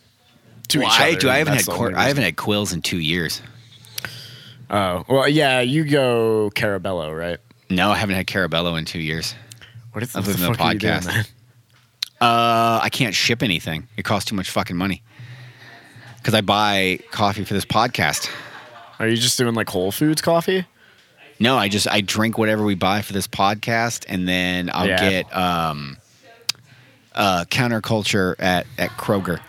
to
Well,
each
I,
other.
do. I
and
haven't had
that's the
cor-
only
I
reason.
haven't had quills in two years.
Oh, well, yeah. You go Carabello, right?
No, I haven't had Carabello in two years.
What is
I listen to the podcast. Uh, I can't ship anything. It costs too much fucking money. Because I buy coffee for this podcast.
Are you just doing like Whole Foods coffee?
No, I just I drink whatever we buy for this podcast, and then I'll
Yeah.
get um, uh, counterculture at at Kroger.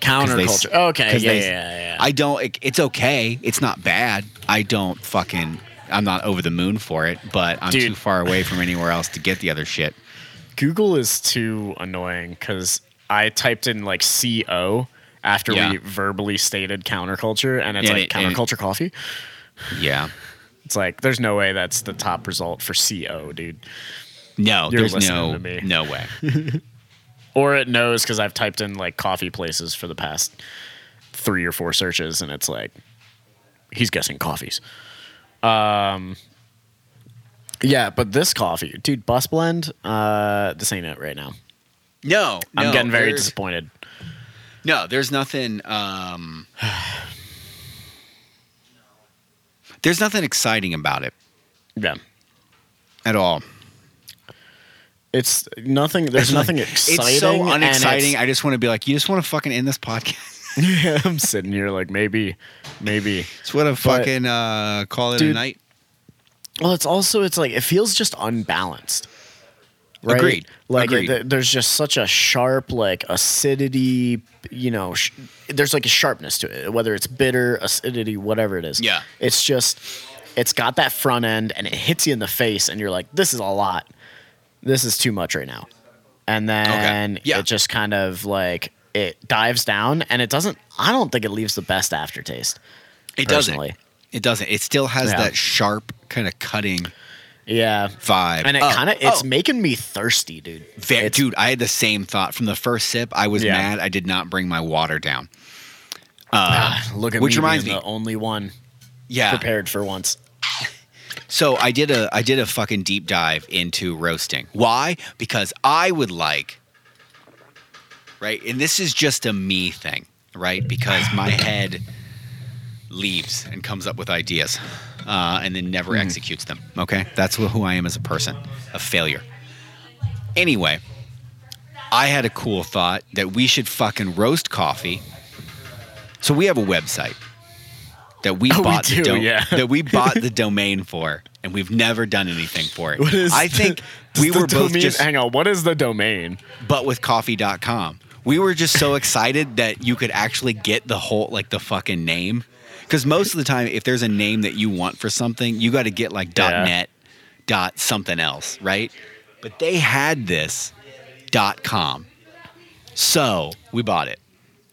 'Cause they s-
Counterculture. Okay.
'cause
Yeah,
they
yeah,
s-
yeah, yeah.
I don't. It, it's okay. It's not bad. I don't fucking. I'm not over the moon for it, but I'm
Dude.
too far away from anywhere else to get the other shit.
Google is too annoying because I typed in like CO after
Yeah.
we verbally stated counterculture and it's
And
like
it- and it-
counterculture coffee.
Yeah.
It's like there's no way that's the top result for CO, dude.
No,
You're
there's
listening
no
to me.
no way.
Or it knows because I've typed in like coffee places for the past three or four searches and it's like he's guessing coffees. Um yeah, but this coffee, dude, Bus Blend, uh, this ain't it right now.
No,
I'm
no,
getting very
there's-
disappointed.
No, there's nothing. Um, there's nothing exciting about it
Yeah,
at all.
it's nothing. There's nothing exciting.
It's so
and it's-
unexciting. I just want to be like, you just want to fucking end this podcast.
Yeah, I'm sitting here like maybe, maybe.
Just want to fucking uh, call it a
Dude,
night.
Well, it's also it's like it feels just unbalanced. Right?
Agreed.
Like
Agreed.
th- there's just such a sharp like acidity. You know, sh- there's like a sharpness to it, whether it's bitter, acidity, whatever it is.
Yeah.
It's just it's got that front end and it hits you in the face, and you're like, this is a lot. This is too much right now. And then
Yeah.
it just kind of like it dives down and it doesn't I don't think it leaves the best aftertaste.
It
personally.
doesn't. It doesn't. It still has
Yeah.
that sharp kind of cutting
Yeah.
vibe.
And it
Oh,
kind of it's
oh,
making me thirsty, dude.
ve-
It's-
dude. I had the same thought from the first sip. I was
Yeah.
mad. I did not bring my water down.
ah, look at
which
me
reminds
being
me- Ah.
the only one
Yeah.
prepared for once.
So I did a I did a fucking deep dive into roasting. Why? Because I would like right, and this is just a me thing, right? Because my head leaves and comes up with ideas, uh, and then
Mm-hmm.
never executes them. Okay, that's wh- who I am as a person, a failure. Anyway, I had a cool thought that we should fucking roast coffee. So we have a website that we
Oh, we
bought the
do,
dom-
yeah.
that we bought the domain for, and we've never done anything for it.
What is
I
the-
think
does
we
the
were both
domain-
just
hang on, what is the domain?
butwithcoffee.com. We were just so excited that you could actually get the whole like the fucking name. Because most of the time, if there's a name that you want for something, you got to get like dot
Yeah.
.net, dot something else, right? But they had this dot .com, so we bought it,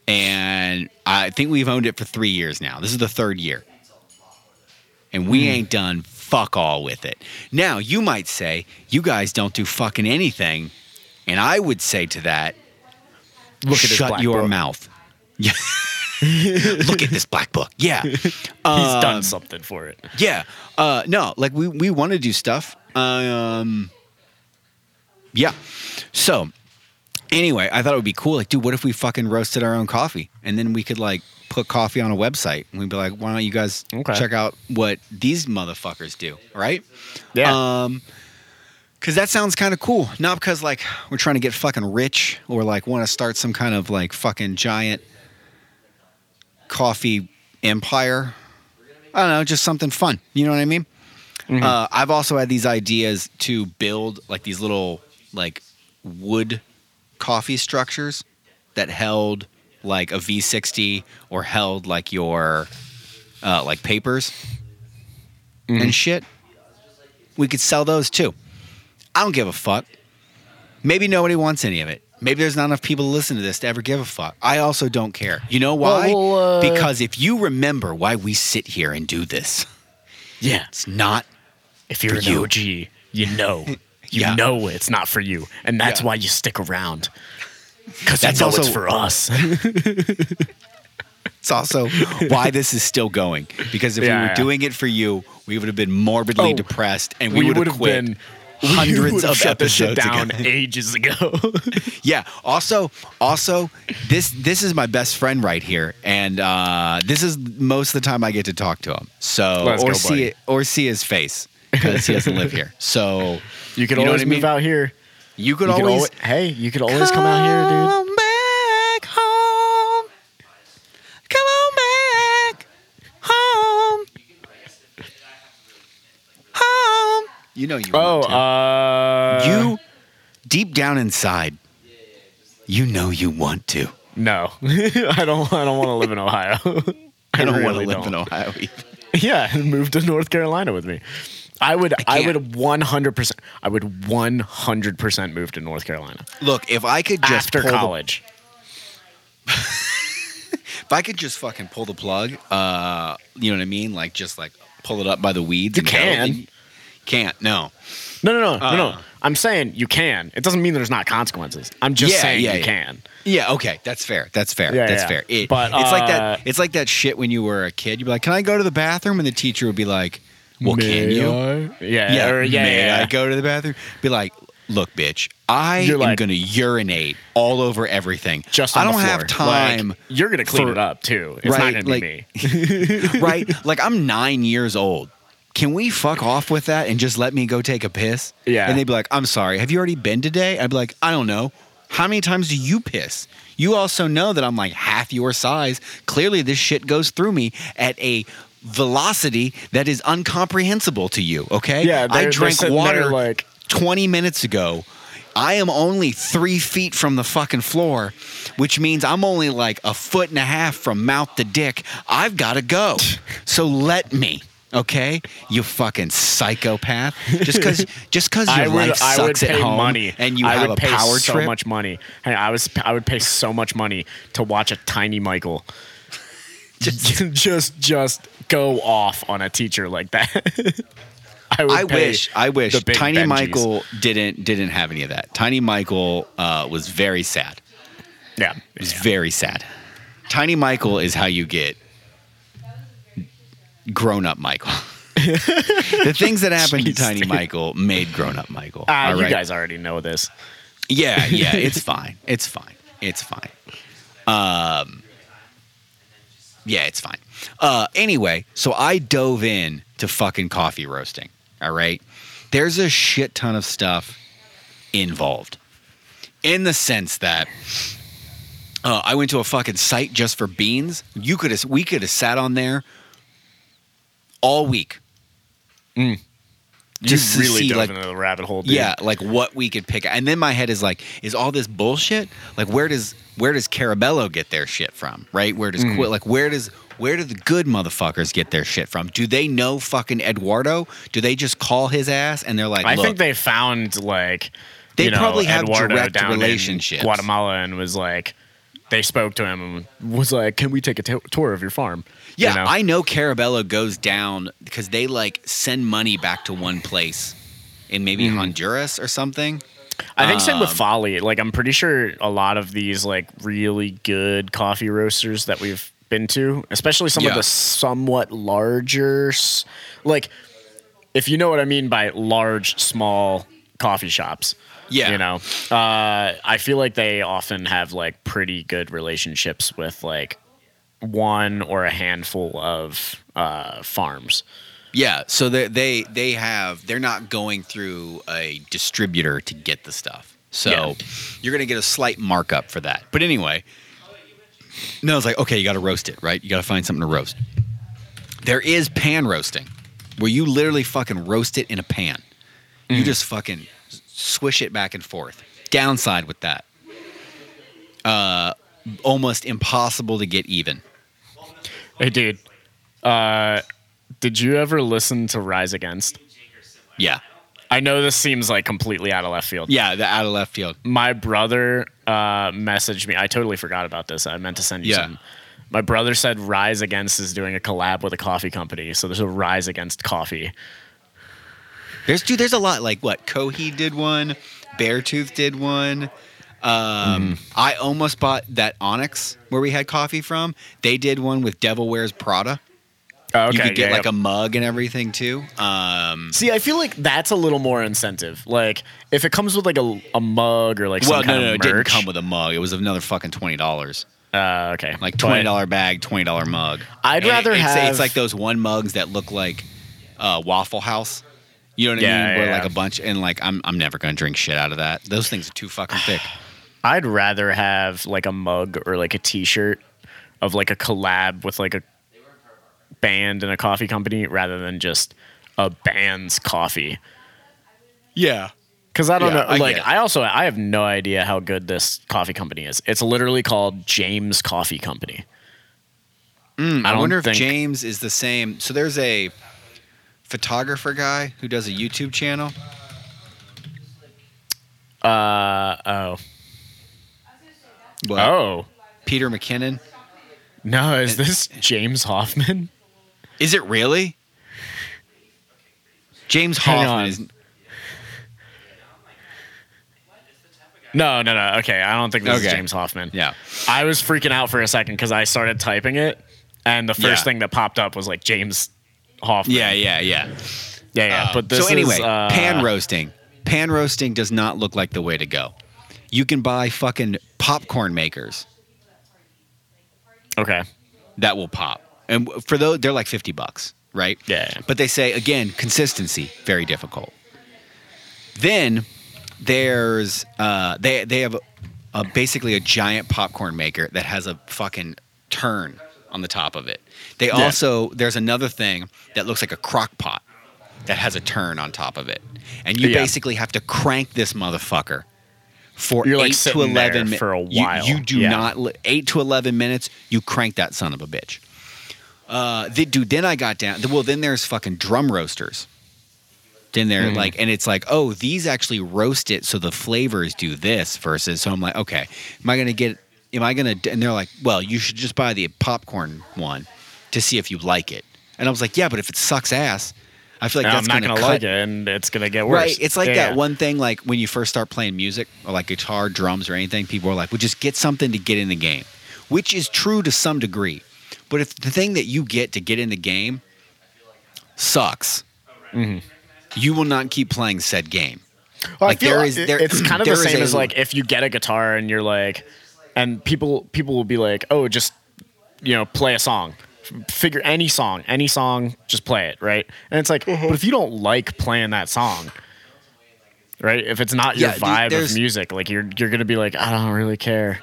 and I think we've owned it for three years now. This is the third year and we ain't done fuck all with it. Now, you might say, you guys don't do fucking anything. And I would say to that,
Look at his
shut
black
your
book.
mouth. Yeah. Look at this black book. Yeah.
He's
Uh,
done something for it.
yeah. Uh, no, like we, we want to do stuff. Um, yeah. So Anyway, I thought it would be cool. Like, dude, what if we fucking roasted our own coffee? And then we could like put coffee on a website and we'd be like, why don't you guys
Okay.
check out what these motherfuckers do? Right?
Yeah.
Um, Cause that sounds kind of cool. Not because like we're trying to get fucking rich or like want to start some kind of like fucking giant coffee empire. I don't know, just something fun. You know what I mean?
Mm-hmm.
Uh, I've also had these ideas to build like these little like wood coffee structures that held like a V60 or held like your uh, like papers
Mm-hmm.
and shit. We could sell those too. I don't give a fuck. Maybe nobody wants any of it. Maybe there's not enough people to listen to this to ever give a fuck. I also don't care. You know why?
Well, well, uh,
because if you remember why we sit here and do this,
yeah.
it's not
If you're
for
an
you.
OG, you know. You
Yeah.
know it's not for you. And that's
Yeah.
why you stick around. Because
That's
that's know it's
also-
for us.
It's also why this is still going. Because if
Yeah,
we were
yeah.
doing it for you, we would have been morbidly
Oh,
depressed and we, would have quit
we
hundreds
would've
of
shut this shit
episodes
down
ago.
ages ago.
Yeah. Also, also, this this is my best friend right here, and uh, this is most of the time I get to talk to him. So
Let's
or
go,
see
buddy.
or see his face because he doesn't live here. So
you could
know what
always
I mean?
move out here.
You could
You could
always
always, hey, you could always come out here, dude.
back home. Come on back home. Home. You know you.
Oh,
want to.
uh,
you deep down inside, you know you want to.
No, I don't. I don't want to live in Ohio. I,
I don't want
really
to live in
don't.
Ohio. Either.
Yeah, and move to North Carolina with me. I would. I,
can't.
would one hundred percent. I would one hundred percent move to North Carolina
Look, if I could just
after
pull the-
college.
if I could just fucking pull the plug, uh, you know what I mean? Like just like pull it up by the weeds. You
can.
Can't. No.
No, no, no, no, no.
Uh.
I'm saying you can. It doesn't mean there's not consequences. I'm just
Yeah,
saying
yeah,
you
yeah.
can.
Yeah, okay, that's fair. That's fair.
Yeah,
that's
yeah.
fair. It-
But,
it's like
uh,
that. It's like that shit when you were a kid. You'd be like, "Can I go to the bathroom?" And the teacher would be like, "Well, can you?"
Yeah, yeah, or, yeah,
may
yeah.
I go to the bathroom? Be like, "Look, bitch, I
You're
am
like-
gonna urinate all over everything.
Just
I
on the
don't have
floor. Like,
time."
you're gonna clean
for-
it up too. It's
Right,
not gonna
like-
be me.
right? Like I'm nine years old. Can we fuck off with that and just let me go take a piss?
Yeah.
And they'd be like, I'm sorry, have you already been today? I'd be like, I don't know. How many times do you piss? You also know that I'm like half your size. Clearly, this shit goes through me at a velocity that is uncomprehensible to you, okay?
Yeah, they're-
I
they're
drank
sitting there
water
like-
20 minutes ago. I am only three feet from the fucking floor, which means I'm only like a foot and a half from mouth to dick. I've got to go. So let me, okay? You fucking psychopath. Just because just cause your
I would,
life
I would
sucks
pay
at home
money,
and you
I
have
would
a
pay
power
so
trip.
much money. Hey, I was, I would pay so much money to watch a tiny Michael just, just, just go off on a teacher like that. I, would
I
pay
wish, I wish
the big
Tiny
Benjis.
Michael didn't didn't have any of that. Tiny Michael uh, was very sad.
Yeah,
It was very sad. Tiny Michael is how you get grown up Michael. the things that happened to
Jeez,
Tiny
dude.
Michael made grown up Michael.
uh,
All
you
right?
guys already know this.
Yeah, yeah, it's fine. It's fine. It's fine. Um, yeah, it's fine. Uh, anyway, so I dove in to fucking coffee roasting. All right. There's a shit ton of stuff involved in the sense that uh, I went to a fucking site just for beans. You could have, we could have sat on there all week. Just to
Mm. you really
see,
dove
like,
into the rabbit hole. Dude.
yeah, like what we could pick. And then my head is like, is all this bullshit? Like where does where does Carabello get their shit from? Right? Where does
Mm.
Quill like where does where do the good motherfuckers get their shit from? Do they know fucking Eduardo? Do they just call his ass and they're like,
I
look,
think they found like
They
you know,
probably have
Eduardo
direct
down in
relationships.
Guatemala and was like, they spoke to him and was like, "Can we take a to- tour of your farm?"
yeah,
you know?
I know Carabello goes down because they like send money back to one place in maybe
Mm.
Honduras or something.
I think same with
Um,
Folly. Like I'm pretty sure a lot of these like really good coffee roasters that we've been to, especially some
Yeah.
of the somewhat larger, s- like if you know what I mean by large, small, coffee shops.
Yeah.
You know, uh, I feel like they often have like pretty good relationships with like one or a handful of uh, farms.
Yeah, so they they they have they're not going through a distributor to get the stuff. So
Yeah.
you're going to get a slight markup for that. But anyway, no, it's like okay, you got to roast it, right? You got to find something to roast. There is pan roasting, where you literally fucking roast it in a pan. You just fucking swish it back and forth. Downside with that, uh, almost impossible to get even.
Hey, dude, uh, did you ever listen to Rise Against?
Yeah,
I know this seems like completely out of left field.
yeah, the out of left field.
my brother uh, messaged me. I totally forgot about this. I meant to send you
Yeah.
some. My brother said Rise Against is doing a collab with a coffee company, so there's a Rise Against coffee.
There's dude, there's a lot like what Cohe did one, Beartooth did one.
Mm-hmm.
Um, I almost bought that Onyx where we had coffee from. They did one with Devil Wears Prada.
Oh, okay,
you could get
yeah,
like
yeah.
a mug and everything too. Um,
See, I feel like that's a little more incentive. Like if it comes with like a, a mug or like
well,
some
no,
kind
no, no,
of
it
merch.
didn't come with a mug. It was another fucking twenty dollars,
uh, okay,
like
But
twenty dollar bag, twenty dollar mug.
I'd
And
rather
it's,
have-
it's like those one mugs that look like uh, Waffle House. You know what I
Yeah,
mean? Where
yeah,
like
yeah.
a bunch and like I'm I'm never gonna drink shit out of that. Those things are too fucking thick.
I'd rather have like a mug or like a T-shirt of like a collab with like a band and a coffee company rather than just a band's coffee.
Yeah.
Because I don't
Yeah,
know.
I
like,
get it.
I also I have no idea how good this coffee company is. It's literally called James Coffee Company.
Hmm, I,
don't
wonder if
think-
James is the same. So there's a photographer guy who does a YouTube channel.
Uh oh.
What?
Oh
Peter McKinnon.
no, is this James Hoffman?
Is it really? James
Hang
Hoffman
on.
is.
No, no, no. Okay, I don't think this is
Okay.
James Hoffman.
Yeah.
I was freaking out for a second because I started typing it, and the first
Yeah.
thing that popped up was like James Hoffman.
Yeah, yeah, yeah.
yeah, yeah.
Uh,
but this
so anyway,
is, uh,
pan roasting. Pan roasting does not look like the way to go. You can buy fucking popcorn makers
okay.
that will pop. And for those, they're like 50 bucks, right?
Yeah.
But they say, again, consistency, very difficult. Then there's, uh, they, they have a, a, basically a giant popcorn maker that has a fucking turn on the top of it. They also, there's another thing that looks like a crock pot that has a turn on top of it. And you
Yeah.
basically have to crank this motherfucker for
You're, like,
eight to
sitting there
11 mi-
for a
You-
while.
You, do
Yeah.
not, li- eight to 11 minutes, you crank that son of a bitch. Uh, the, dude, then I got down. Well, then there's fucking drum roasters. Then
Mm-hmm.
they're like, and it's like, oh, these actually roast it, so the flavors do this versus. So I'm like, okay, am I gonna get? Am I gonna? And they're like, well, you should just buy the popcorn one to see if you like it. And I was like, yeah, but if it sucks ass, I feel like
And I'm
that's
not gonna,
cut-
like it, and it's gonna get worse.
Right. It's like
Yeah,
that
yeah.
one thing, like when you first start playing music or like guitar, drums, or anything, people are like, well, just get something to get in the game, which is true to some degree. But if the thing that you get to get in the game sucks,
Mm-hmm.
you will not keep playing said game.
Well,
Like,
I feel
there
like
is-
it-
there-
it's kind of
there
the
is
same
a-
as like if you get a guitar and you're like, and people people will be like, oh, just you know, play a song, F- figure any song, any song, just play it, right? And it's like,
Mm-hmm.
but if you don't like playing that song, right? If it's not your
Yeah, dude,
vibe
there's-
of music, like you're you're gonna be like, I don't really care.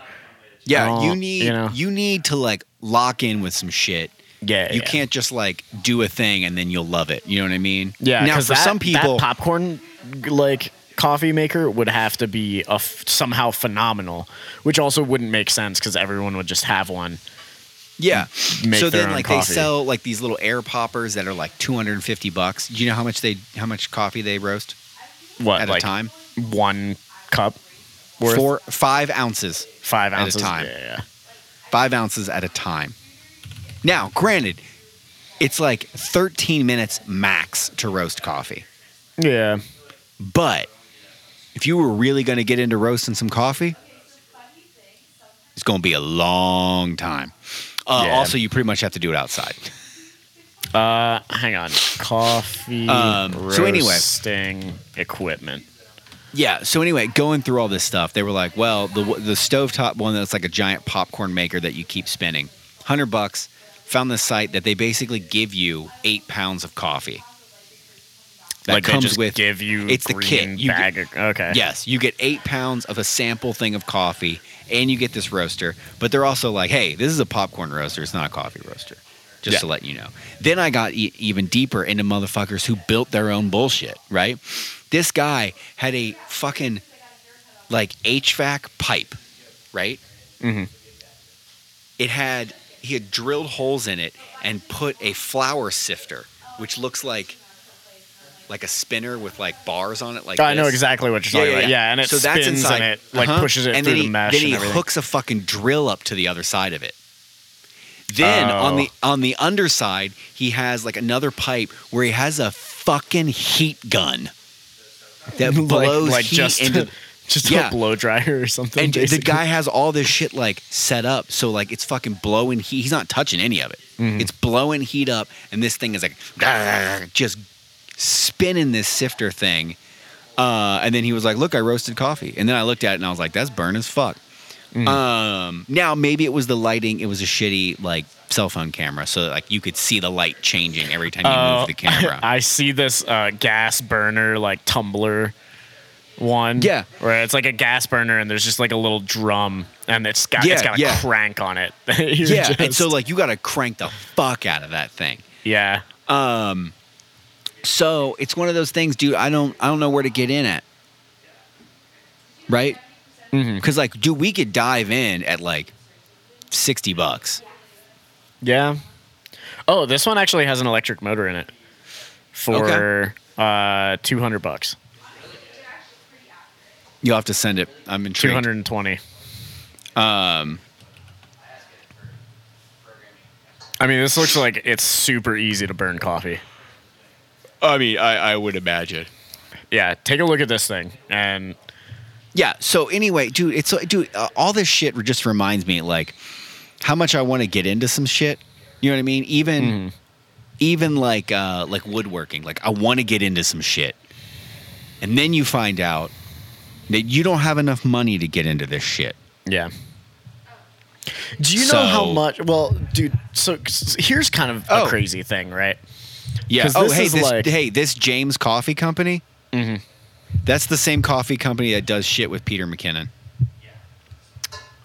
Yeah,
Oh,
you need you,
you know.
need to like lock in with some shit.
Yeah,
you
yeah.
can't just like do a thing and then you'll love it. You know what I mean?
Yeah,
Now
'cause
for
that-
some people,
that popcorn like coffee maker would have to be a f- somehow phenomenal, which also wouldn't make sense because everyone would just have one.
Yeah.
make
so
their
then
own
like they
coffee.
sell like these little air poppers that are like 250 bucks. Do you know how much they how much coffee they roast?
What
At a
like
time?
one cup worth
Four 5 ounces.
five
at a
ounces
time.
Yeah, yeah.
5 ounces at a time. Now, granted, it's like 13 minutes max to roast coffee.
Yeah.
But if you were really going to get into roasting some coffee, it's going to be a long time. Uh,
Yeah.
Also, you pretty much have to do it outside.
Uh, hang on. Coffee
Um, so anyway.
roasting equipment.
Yeah. So anyway, going through all this stuff, they were like, "Well, the the stovetop one that's like a giant popcorn maker that you keep spinning, hundred bucks." Found this site that they basically give you eight pounds of coffee. That
like
comes
they just
with
give you
it's the
green
kit. You
bag. of- okay.
Yes, you get eight pounds of a sample thing of coffee, and you get this roaster. But they're also like, "Hey, this is a popcorn roaster. It's not a coffee roaster." Just
Yeah.
to let you know. Then I got e- even deeper into motherfuckers who built their own bullshit. Right? This guy had a fucking like HVAC pipe. Right?
Mhm.
It had he had drilled holes in it and put a flour sifter, which looks like like a spinner with like bars on it. Like
Oh, I know
this.
exactly what you're talking about. Yeah, and it
So that's
spins
inside-
and it like
Uh-huh.
pushes it
and
through
then
the
he,
mesh
Then
and
he
everything.
hooks a fucking drill up to the other side of it. Then on
Oh.
the on the underside, he has like another pipe where he has a fucking heat gun that blows
like, like
heat
just
into
just
Yeah.
a blow dryer or something.
and the
basically.
guy has all this shit like set up so like it's fucking blowing heat he's not touching any of it
Mm-hmm.
it's blowing heat up and this thing is like just spinning this sifter thing uh, and then he was like look i roasted coffee and then i looked at it and i was like that's burn as fuck
Mm-hmm.
um, now maybe it was the lighting it was a shitty like cell phone camera so like you could see the light changing every time you
Oh,
moved the camera
I see this uh, gas burner like tumbler one.
Yeah.
where it's like a gas burner and there's just like a little drum and it's got
Yeah,
it's got a
yeah.
crank on it. You're
yeah and so
just-
like you gotta crank the fuck out of that thing
yeah,
So it's one of those things, dude. I don't I don't know where to get in at. Right?
Mm-hmm.
Because like, dude, we could dive in at like sixty bucks.
yeah. Oh, this one actually has an electric motor in it for uh, two hundred bucks,
You'll have to send it. I'm
two
intrigued.
hundred and twenty.
Um,
I mean, this looks like it's super easy to burn coffee.
I mean, I, I would imagine.
Yeah, take a look at this thing and
Yeah. So anyway, dude, it's dude, uh, all this shit just reminds me like how much I want to get into some shit. You know what I mean? Even
Mm-hmm.
even like uh like woodworking. Like I want to get into some shit. And then you find out that you don't have enough money to get into this shit.
Yeah. Do you
So-
know how much? Well, dude. So s- here's kind of
Oh.
a crazy thing, right?
Yeah.
'Cause
Oh,
this
hey,
is
this,
like- Mm-hmm.
hey, this James Coffee Company. That's the same coffee company that does shit with Peter McKinnon.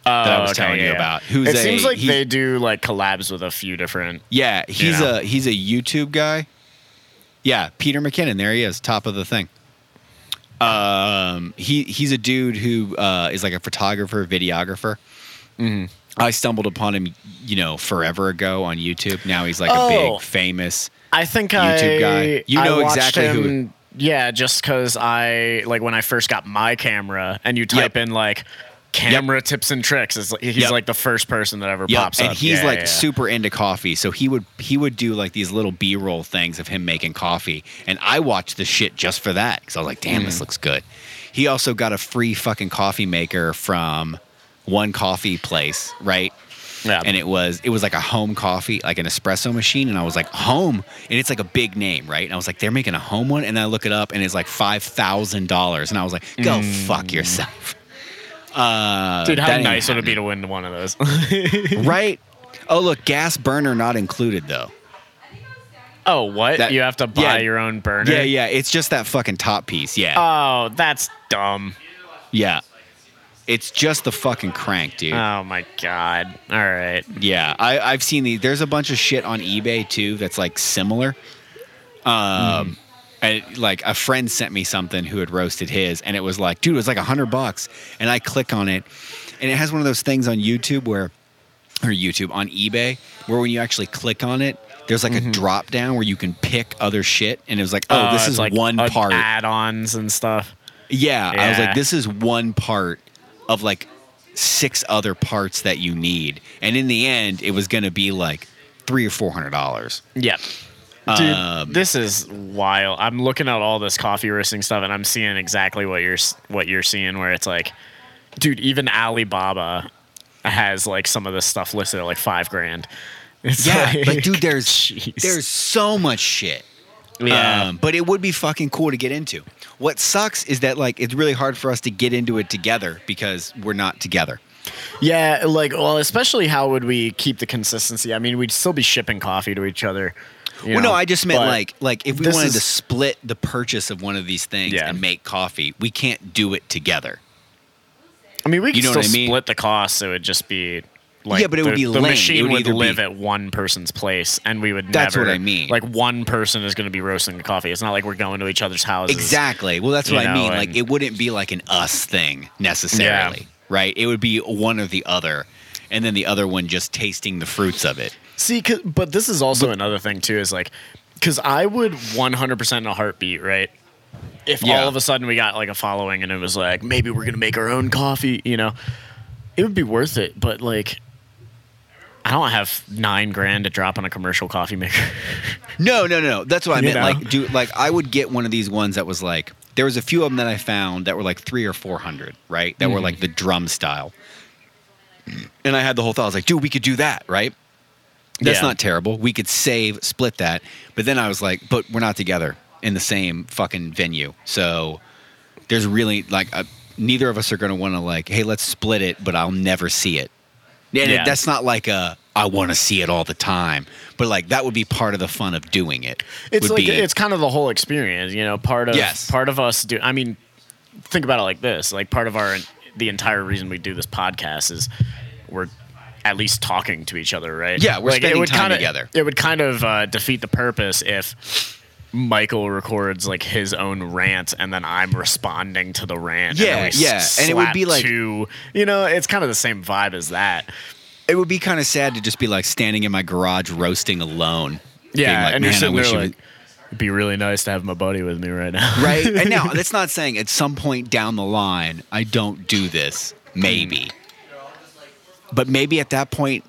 that I was
Oh, okay,
telling
yeah,
you
yeah.
about. Who's
it
a,
seems like
he's-
they do like collabs with a few different.
Yeah, he's
know?
a he's a YouTube guy. Yeah, Peter McKinnon. There he is, top of the thing. Um, he he's a dude who uh, is like a photographer, videographer. I stumbled upon him, you know, forever ago on YouTube. Now he's like a
Oh.
big famous.
I think
YouTube
I,
guy. You
I
know
watched
exactly who-
him- Yeah, just because I like when I first got my camera, and you
Yep.
type in like camera tips and tricks. It's like, he's
Yep.
like the first person that ever
Yeah,
pops up.
and he's
Yeah,
like
yeah, yeah.
super into coffee, so he would he would do like these little B roll things of him making coffee, and I watched the shit just for that because I was like, damn,
Mm.
this looks good. He also got a free fucking coffee maker from one coffee place, right?
Yeah.
And it was it was like a home coffee, like an espresso machine, and I was like, home, and it's like a big name, right? And I was like, they're making a home one, and then I look it up, and it's like five thousand dollars, and I was like, go
Mm.
fuck yourself. Uh,
Dude,
that
how
ain't
nice would it
happening
be to win one of those?
right? Oh, look, gas burner not included though.
oh, what?
That-
you have to buy
yeah.
your own burner?
Yeah, yeah, it's just that fucking top piece. Yeah,
Oh, that's dumb.
yeah. It's just the fucking crank, dude.
Oh my god. All right.
yeah, I, I've seen the. There's a bunch of shit on eBay too that's like similar. Um,
Hmm.
and, like a friend sent me something who had roasted his, and it was like, dude, it was like a hundred bucks. And I click on it, and it has one of those things on YouTube where, or YouTube on eBay, where when you actually click on it, there's like a drop down where you can pick other shit, and it was like, oh,
Mm-hmm. Uh,
this
it's
is
like
one
uh,
part.
add-ons and stuff.
Yeah, I was
Yeah.
like, this is one part of like six other parts that you need, and in the end, it was going to be like three or four hundred dollars.
Yep. Dude,
Um,
this is wild. I'm looking at all this coffee roasting stuff, and I'm seeing exactly what you're s- what you're seeing. Where it's like, dude, even Alibaba has like some of this stuff listed at like five grand. It's
Yeah,
like,
but dude, there's
jeez.
there's so much shit. um,
Yeah.
but it would be fucking cool to get into. What sucks is that like it's really hard for us to get into it together because we're not together.
Yeah, like well, especially how would we keep the consistency? I mean, we'd still be shipping coffee to each other. you
well,
know,
no, I just meant
but-
like like if we
this
wanted to
is-
split the purchase of one of these things
Yeah.
and make coffee, we can't do it together.
I mean, we could
know
still
what I mean?
split the cost, so it'd just be like
Yeah, but it
the,
would be
the
lame. It
machine
would
would,
either be-
live at one person's place, and we would.
That's
never,
what I mean.
Like one person is going to be roasting the coffee. It's not like we're going to each other's houses.
Exactly. Well, that's what
You
I
know,
mean. Like
and-
it wouldn't be like an us thing necessarily,
Yeah.
right? It would be one or the other, and then the other one just tasting the fruits of it.
See, 'cause- but this is also another thing too is like, because I would 100% in a heartbeat, right? If
Yeah.
all of a sudden we got like a following and it was like, maybe we're gonna make our own coffee, you know, it would be worth it. But like, I don't have nine grand to drop on a commercial coffee maker.
No, no, no. That's what I meant.
You know?
Like, do like I would get one of these ones that was like there was a few of them that I found that were like three or four hundred, right? That
Mm-hmm.
were like the drum style. And I had the whole thought. I was like, dude, we could do that, right? That's
Yeah.
not terrible. We could save, split that. But then I was like, but we're not together in the same fucking venue, so there's really like a, neither of us are going to want to like, hey, let's split it, but I'll never see it. And
Yeah.
that's not like a I want to see it all the time, but like that would be part of the fun of doing it.
It's
would
like
be-
it's kind of the whole experience, you know. Part of
Yes.
part of us do. I mean, think about it like this: like part of our the entire reason we do this podcast is we're at least talking to each other, right?
Yeah, we're
Like,
spending
would
time
kinda-
together.
It would kind of uh, defeat the purpose if Michael records like his own rant and then I'm responding to the rant.
Yeah,
and then we
yeah,
s-
and it would
slap
be like-
two, you know, it's kind of the same vibe as that.
it would be kind of sad to just be like standing in my garage roasting alone. being
Yeah,
like,
and you're
"Man, I
sitting
wish
there
you
like, it'd be really nice to have my buddy with me right now,
would-" right. and now that's not saying at some point down the line I don't do this. Maybe, but maybe at that point.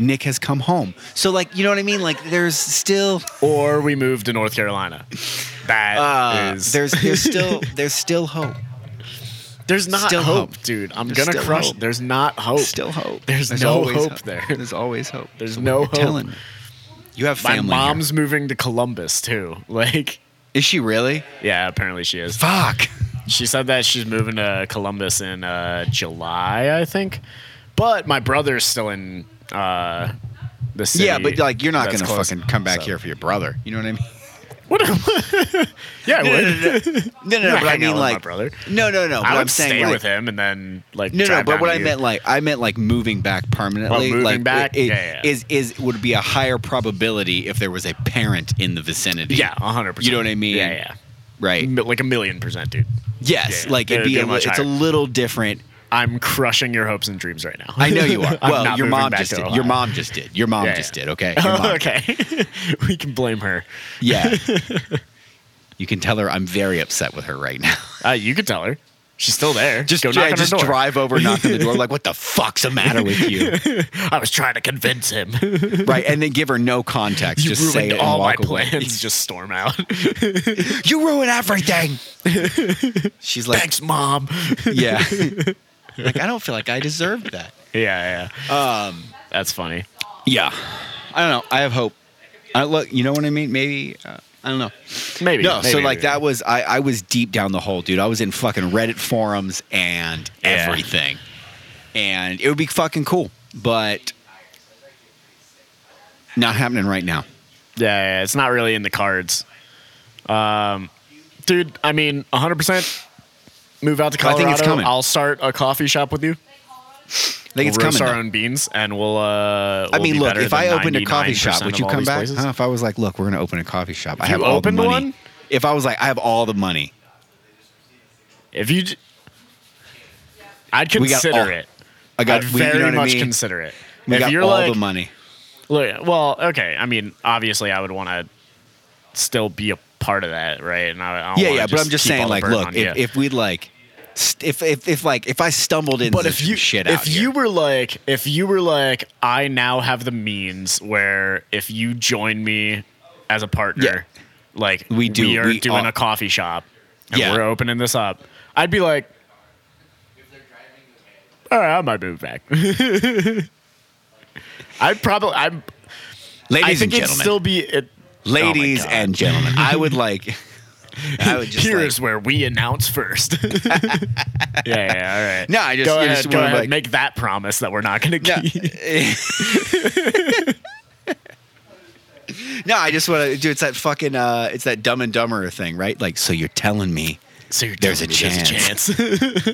Nick has come home. So like, you know what I mean? Like there's still
or we move to North Carolina.
uh,
That is
there's there's still there's still hope.
there's not
still
hope,
hope.
dude. I'm
There's
gonna
still
crush.
hope.
it. There's not hope.
Still hope.
There's no
always
hope there.
There's always hope.
There's
So
no
you're
hope.
Telling me. You have
My
family.
mom's moving to Columbus too. Like,
here. Is she really?
yeah, apparently she is.
Fuck.
She said that she's moving to Columbus in uh, July, I think. But my brother's still in uh, the city.
yeah, but like you're not
that's
gonna
close,
fucking come back
so.
here for your brother. You know what I mean?
What? yeah, I would.
No, no, no.
I'm not
But I
hanging out
mean
with my
like
brother.
No, no, no. But
I would
am saying
stay
like,
with him and then like.
No, no,
drive
but
down
what
to
I
you.
meant like I meant like moving back permanently.
moving
like,
back?
it-
Yeah, yeah.
is is would be a higher probability if there was a parent in the vicinity.
Yeah, hundred percent.
You know what I mean?
Yeah, yeah.
Right.
Mi- Like a million percent, dude.
Yes,
Yeah,
like
it'd
it'd be
be
a, li-
much
it's a
higher.
little different
I'm crushing your hopes and dreams right now.
I know you are.
I'm
well,
not
your
moving
mom
back
just
to
did.
Ohio.
Your mom just did. Your mom
Yeah,
just
yeah.
did. Okay. Your mom did.
okay. we can blame her.
Yeah. you can tell her I'm very upset with her right now.
Uh, you could tell her. She's still there.
Just
go
yeah,
knock on
just
her door.
drive over, knock on the door, like what the fuck's the matter with you?
I was trying to convince him.
Right, and then give her no context.
you
just say
ruined
it and
all my
walk away.
plans. Just storm out.
You ruin everything. She's like,
Thanks, mom.
yeah. like I don't feel like I deserved that.
yeah, yeah.
Um.
That's funny.
Yeah. I don't know. I have hope. I look. You know what I mean? Maybe. Uh, I don't know.
Maybe.
No, so
maybe,
like
maybe.
that was I, I was deep down the hole, dude. I was in fucking Reddit forums and
Yeah.
everything. And it would be fucking cool, but not happening right now.
Yeah, yeah, it's not really in the cards. Um, dude, I mean, 100% move out to
I
Colorado.
think it's coming.
will start a coffee shop with you.
I think it's
we'll roast
coming.
our
though.
own beans and we'll, uh,
I
we'll
mean,
be
look,
better
if
than
I opened a coffee
99%
shop, would
of
you
all
come
these
back?
places.
Huh, if I was like, look, we're going to open a coffee shop. I
You
have all the
opened
money.
one?
If I was like, I have all the money.
If you, j- I'd
We got
consider
all-
it.
I got
I'd
we-
very
you know what
much
I mean?
consider it.
we
if
got
you're
all
like,
the money.
look, well, okay. I mean, obviously, I would want to still be a part of that, right? And I, I don't
Yeah,
wanna
yeah, but I'm just
keep all
saying
the
like,
burden
look,
on
if,
you.
if we'd like st- if, if if like if I stumbled into
but if
some
you
shit
if
out here-
you were like if you were like I now have the means where if you join me as a partner, like
We do-
we are
we
doing
are-
a coffee shop and
Yeah.
we're opening this up, I'd be like, all right, I might move back. I'd probably I'm
ladies
I think
and
it'd
gentlemen,
still be it.
Ladies
Oh God.
and gentlemen, I would like. I would just.
Here
like-
is where we announce first. yeah, yeah, all right.
No, I just-
go
you
ahead,
just
go
wanna,
ahead
like-
make that promise that we're not going to
No.
keep.
no, I just want to do. It's that fucking. Uh, it's that Dumb and Dumber thing, right? Like, so you're telling me
So you're
There's
telling
a
me
chance.
There's a chance.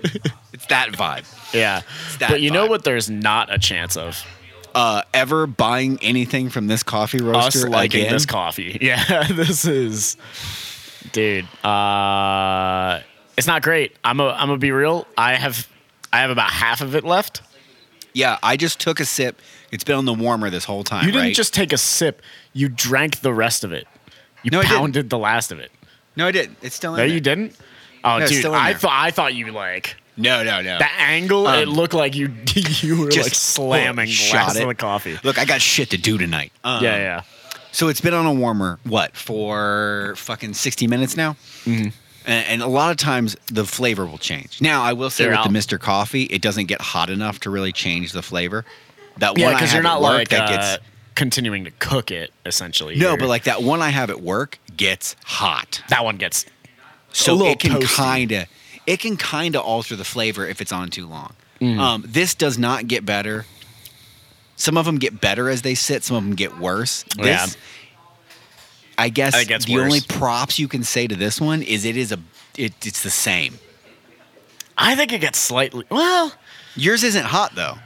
it's that vibe.
yeah,
that
but you know
vibe.
what? There's not a chance of
Uh, ever buying anything from this coffee roaster
us liking
again?
this coffee. Yeah, this is, dude. Uh, it's not great. I'm a. I'm gonna be real. I have. I have about half of it left.
yeah, I just took a sip. It's been on the warmer this whole time.
You didn't
right?
just take a sip. You drank the rest of it. You
No, I didn't.
pounded the last of it.
No, I didn't. It's still in
No,
there.
you didn't. Oh,
No, it's
dude,
still in
I
there.
thought I thought you like
No, no, no.
the angle. it
Um,
looked like you you were
Just
like slamming the
shot
last
it.
of the coffee.
Look, I got shit to do tonight. Um,
yeah, yeah.
So it's been on a warmer, what, for fucking 60 minutes now? Mm-hmm. And, and a lot of times the flavor will change. Now, I will say
They're
with the Mr.
out.
Coffee, it doesn't get hot enough to really change the flavor. That
Yeah,
one I
because
have
you're not
at work
like
that
uh,
gets
continuing to cook it essentially.
no,
You're-
but like that one I have at work gets hot,
that one gets
so
little
it can
toasty.
kind of it can kind of alter the flavor if it's on too long.
Mm.
Um, this does not get better. Some of them get better as they sit. Some of them get worse. This,
Yeah.
I guess
I think it's
the only
worse.
props you can say to this one is it is a it, it's the same.
I think it gets slightly. Well,
Yours isn't hot though.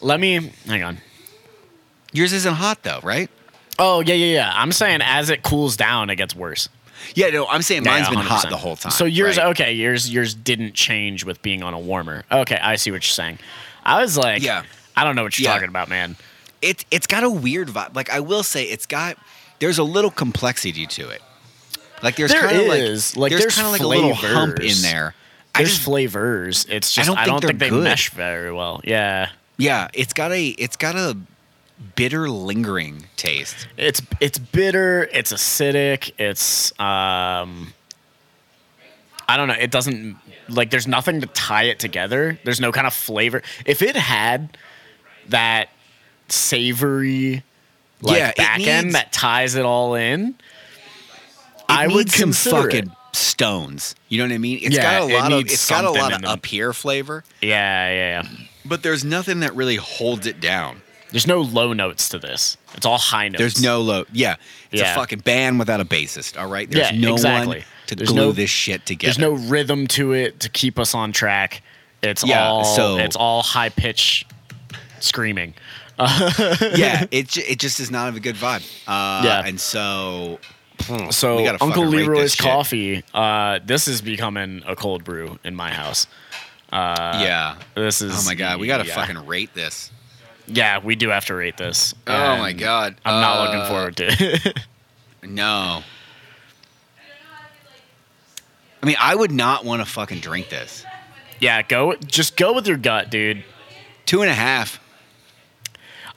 let me hang on.
Yours isn't hot though, right?
Oh yeah, yeah, yeah. I'm saying as it cools down, it gets worse.
Yeah, no, I'm saying
Mine's
mine's been hot the whole time.
So yours,
right?
okay, yours, yours didn't change with being on a warmer. Okay, I see what you're saying. I was like,
Yeah.
I don't know what you're
Yeah.
talking about, man.
it it's got a weird vibe. Like I will say, it's got there's a little complexity to it. Like there's
There
kind of
is.
like,
Like,
there's,
there's
kind of like a little hump in
flavors.
there. I
There's
just,
flavors. It's just
don't
I don't,
think
think,
they're
they
good.
mesh very well. Yeah,
yeah, it's got a it's got a bitter lingering taste.
it's it's bitter. It's acidic. It's um, I don't know. It doesn't like there's nothing to tie it together. There's no kind of flavor. If it had that savory like
Yeah, it
back end
needs-
that ties it all in.
It
I would
needs some
consider it.
fucking stones. You know what I mean? It's
Yeah,
got a
it
lot of
needs
it's got a
something
lot
in
of
them.
up here flavor,
Yeah, yeah, yeah.
but there's nothing that really holds it down.
There's no low notes to this. It's all high notes.
There's no low. Yeah, it's
Yeah.
a fucking band without a bassist. All right, there's
Yeah,
no one
exactly.
to
There's
glue
no-
this shit together.
there's no rhythm to it to keep us on track. It's
Yeah,
all
so-
it's all high pitch screaming.
yeah, it ju- it just is not a good vibe. Uh,
Yeah.
and so
So
We gotta fucking
Uncle
rate this
Leroy's
shit.
coffee, uh, this is becoming a cold brew in my house.
yeah.
This is
Oh my god, we gotta
Uh, yeah.
fucking rate this.
Yeah, we do have to rate this.
Oh my
and
God,
I'm not
uh,
looking forward to it.
No. I mean, I would not want to fucking drink this.
yeah, go just go with your gut, dude.
Two and a half.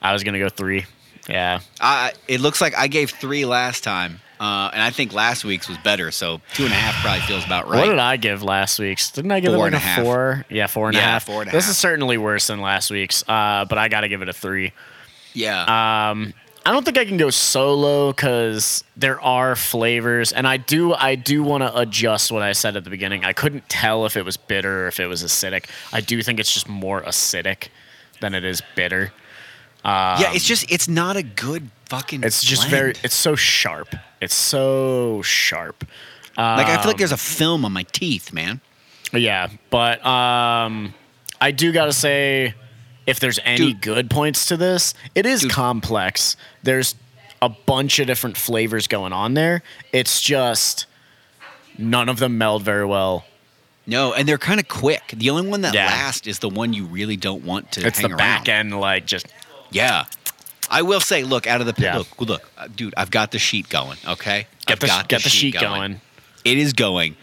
I was gonna go three. Yeah.
I it looks like I gave three last time, uh, and I think last week's was better. So two and a half probably feels about right.
What did I give last week's? Didn't I give
Four
it
and
like
a
a
half.
four? Yeah, four and a
Yeah,
half.
four and a
this
half.
is certainly worse than last week's, uh, but I got to give it a three.
yeah,
I don't think I can go solo because there are flavors, and I do I do want to adjust what I said at the beginning. I couldn't tell if it was bitter or if it was acidic. I do think it's just more acidic than it is bitter.
yeah. It's just it's not a good fucking.
Um, It's just very.
blend.
It's so sharp. It's so sharp.
like I feel
um,
like there's a film on my teeth, man.
Yeah, but um, I do gotta say, if there's any
Dude.
good points to this, it is complex. There's a bunch of different flavors going on there. It's just none of them meld very well.
No, and they're kind of quick. The only one that
Yeah.
lasts is the one you really don't want to
It's
hang
the
around.
back end, like just
Yeah. I will say, look, out of the
Yeah.
look, look, uh, dude, I've got the sheet going. Okay, I've
get the
got
get the sheet going.
It is going.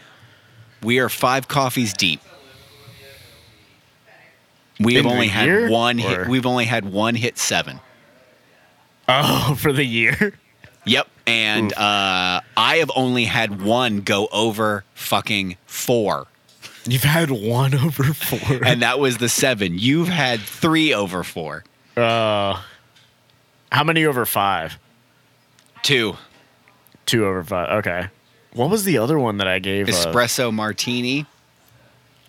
We are five coffees deep. We have
In the
only had
year,
one
or-
hit. We've only had one hit seven.
Oh, for the year.
Yep, and uh, I have only had one go over fucking four,
You've had one over four.
and that was the seven. You've had three over four.
How many over five?
Two.
Two over five. Okay. What was the other one that I gave? of-
Espresso martini.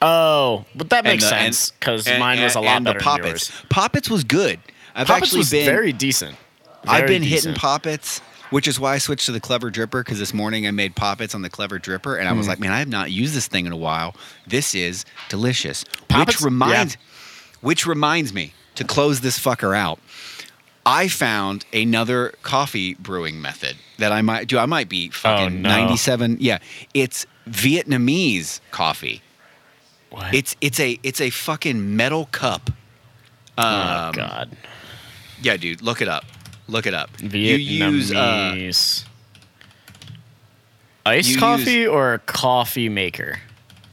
Oh, but that makes
the-
sense because
and-
mine was a lot
and
better
the
than yours.
poppets. Poppets was good. I've
Poppets
actually
was
been
very decent.
I've
Very
been
decent.
hitting poppets, which is why I switched to the clever dripper because this morning I made poppets on the clever dripper and I
Mm.
was like, man, I have not used this thing in a while. This is delicious.
Poppets?
Which reminds which reminds me to close this fucker out. I found another coffee brewing method that I might do. I might be fucking
Oh, no.
97. Yeah. It's Vietnamese coffee.
What?
It's it's a it's a fucking metal cup.
oh
Um,
God.
Yeah, dude, look it up. Look it up.
Vietnamese.
You use uh,
Iced
you
coffee or coffee maker?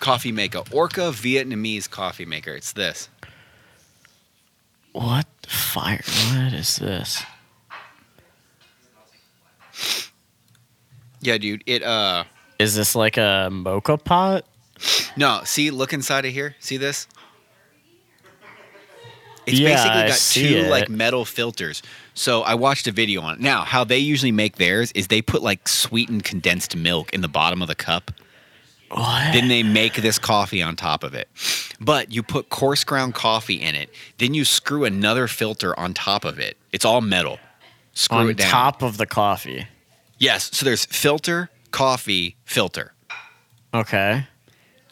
coffee maker, Orca Vietnamese coffee maker. It's this.
What the fire? What is this?
Yeah, dude. It uh
Is this like a mocha pot?
no. See, look inside of here. See this? It's
Yeah, I
basically
see
got two
it.
like metal filters. So I watched a video on it. Now, how they usually make theirs is they put like sweetened condensed milk in the bottom of the cup.
What?
Then they make this coffee on top of it. But you put coarse ground coffee in it. Then you screw another filter on top of it. It's all metal. Screw
on
it down.
top of the coffee.
Yes. So there's filter, coffee, filter.
Okay.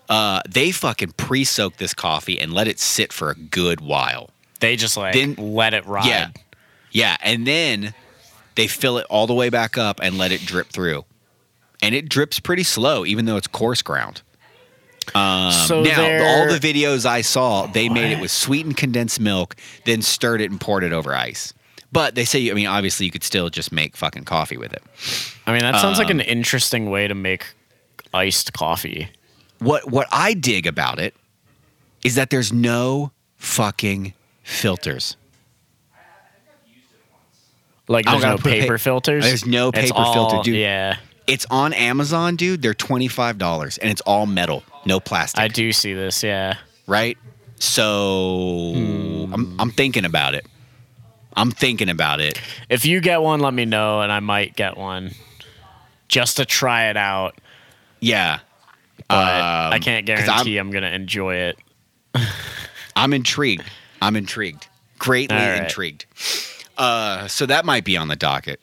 Uh, they fucking pre soak this coffee and let it sit for a good while.
They just like
Then-
let it ride.
Yeah. Yeah. And then they fill it all the way back up and let it drip through. And it drips pretty slow, even though it's coarse ground.
so
um, now,
they're-
all the videos I saw, they made it with sweetened condensed milk, then stirred it and poured it over ice. But they say, I mean, obviously, you could still just make fucking coffee with it.
I mean, that sounds
um,
like an interesting way to make iced coffee.
what what I dig about it is that there's no fucking filters.
Like
I don't
there's no
gotta put a pa-
paper filters.
There's no
It's
paper filter,
all-
dude.
Yeah,
It's on Amazon, dude. They're twenty five dollars, and it's all metal, no plastic.
I do see this. Yeah,
right? So
Hmm.
I'm I'm thinking about it. I'm thinking about it.
if you get one, let me know, and I might get one just to try it out.
Yeah,
But I can't
Um, 'cause I'm-
guarantee I'm, gonna enjoy it.
I'm intrigued. I'm intrigued. Greatly
All right.
intrigued. Uh, so that might be on the docket.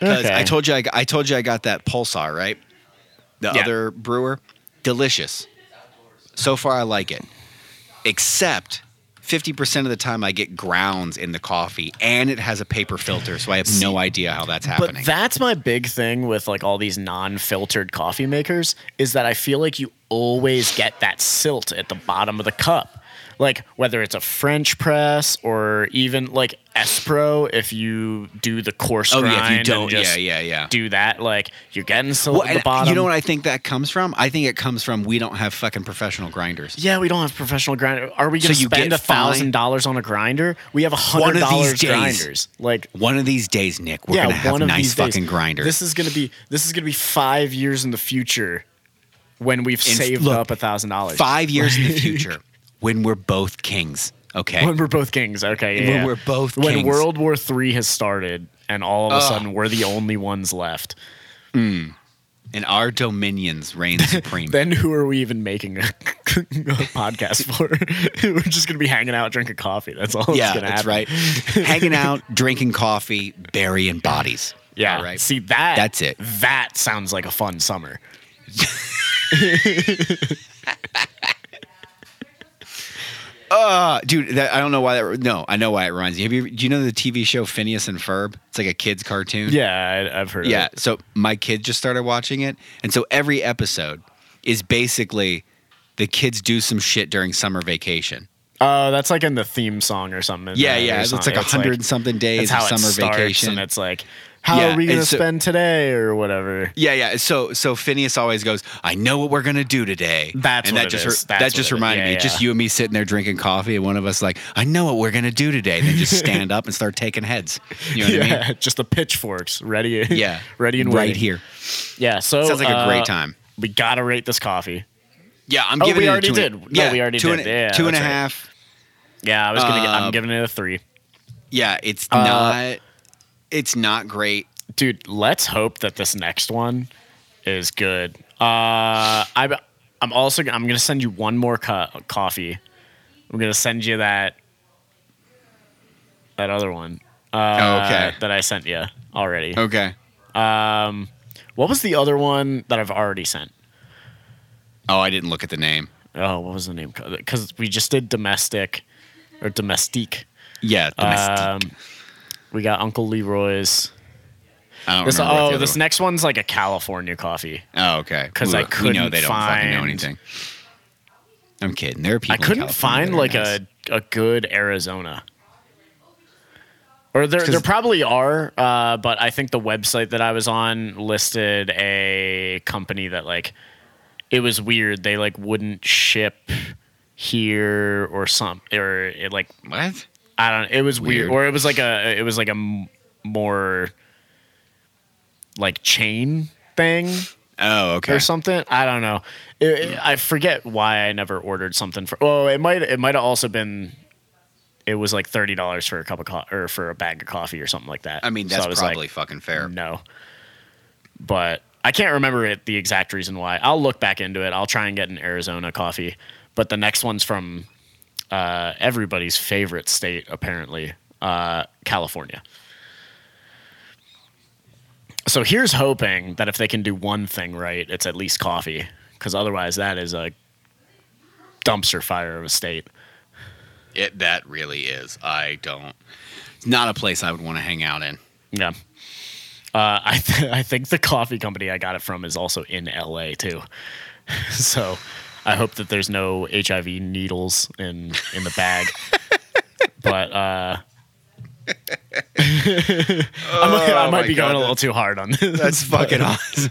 Because
Okay.
I told you I, I told you I got that Pulsar, right? The
Yeah.
other brewer. Delicious. So far I like it. Except 50% of the time I get grounds in the coffee and it has a paper filter, so I have no idea how that's
but
happening.
that's my big thing with like all these non-filtered coffee makers is that I feel like you always get that silt at the bottom of the cup. Like whether it's a French press or even like Espro, if you do the coarse
oh
grind,
yeah, if you
and
don't yeah,
just
yeah, yeah.
do that, like you're getting silt
Well,
at the
and
bottom.
you know what I think that comes from? I think it comes from we don't have fucking professional grinders.
yeah, we don't have professional grinder. Are we going to
you
spend a
get
thousand
fined-
dollars on a grinder? We have a
One of
hundred
these
dollars
days.
grinders. Like
One of these days, Nick, we're gonna have
one of
nice
these days.
fucking grinders.
This is gonna be this is gonna be five years in the future when we've
f-
saved
look,
up a thousand dollars.
Five years in the future, when we're both kings, okay?
When we're both kings, okay.
When
yeah.
we're both
when
kings.
World War Three has started, and all of a
Ugh.
sudden we're the only ones left.
and our dominions reign supreme.
Then who are we even making a, podcast for? we're just gonna be hanging out, drinking coffee. That's all.
yeah,
that's, gonna
that's
happen.
right. Hanging out, drinking coffee, burying bodies.
Yeah.
All right.
See that.
That's it.
That sounds like a fun summer.
Uh, dude, that, I don't know why that. No, I know why it reminds you. Have you? Do you know the TV show Phineas and Ferb? It's like a kids cartoon.
Yeah, I, I've heard.
Yeah.
Of it.
So my kid just started watching it, and so every episode is basically the kids do some shit during summer vacation.
Oh, that's like in the theme song or something.
Yeah,
Uh,
yeah.
there's
It's
not-
like a hundred and something days
It's
of
how
summer
it starts,
vacation.
and it's like, how
Yeah,
are we
and
gonna
so-
spend today or whatever?
Yeah, yeah. So so Phineas always goes, I know what we're gonna do today.
That's
and
what
that
it
just
is. That's
that just
what it is.
reminded me,
Yeah,
just
yeah.
you and me sitting there drinking coffee, and one of us like, I know what we're gonna do today. And then just stand up and start taking heads. You know what
yeah,
I mean?
just the pitchforks ready.
Yeah.
ready and
right
waiting.
here.
Yeah. So
Sounds like a
uh,
great time.
We gotta rate this coffee.
Yeah, I'm
Oh,
giving
we
it a
already
two
did.
And,
No,
yeah,
we already
two
did.
and-
Yeah,
two and a
that's right.
half.
Yeah, I was gonna. get-
Uh,
I'm giving it a three.
Yeah, it's not it's not great.
dude. Let's hope that this next one is good. Uh, I, I'm also I'm gonna send you one more co- coffee. I'm gonna send you that that other one. Uh,
Okay.
That I sent you already.
Okay.
What was the other one that I've already sent?
Oh, I didn't look at the name.
Oh, what was the name? Because we just did domestic or domestique.
Yeah. the mystique.
Um, we got Uncle Leroy's.
I don't
This,
remember. what the
oh,
other
this
one-
next one's like a California coffee.
Oh, okay.
'Cause I
Ooh, we know
couldn't
they don't fucking know
find-
anything. I'm kidding. There are people.
I
in
couldn't
California
find
that are
like
nice.
a, a good Arizona. Or there,
'Cause-
there probably are, uh, but I think the website that I was on listed a company that like it was weird. They like wouldn't ship here or some or it like
what?
I don't. It was weird.
Weird.
or it was like a. It was like a m- more like chain thing
Oh, okay.
or something. I don't know. It- it- I forget why I never ordered something for. Oh, it might. It might have also been. It was like thirty dollars for a cup of coffee or for a bag of coffee or something like that.
I mean,
So
that's
was like,
probably fucking fair.
no. But I can't remember it the exact reason why. I'll look back into it. I'll try and get an Arizona coffee. But the next one's from uh, everybody's favorite state, apparently, uh, California. So here's hoping that if they can do one thing right, it's at least coffee, because otherwise that is a dumpster fire of a state.
It that really is. I don't. It's not a place I would want to hang out in.
Yeah. Uh, I th- I think the coffee company I got it from is also in LA too. so I hope that there's no HIV needles in in the bag. but uh I'm- I
Oh my
might be
God,
going a
that-
little too hard on this.
That's fucking awesome.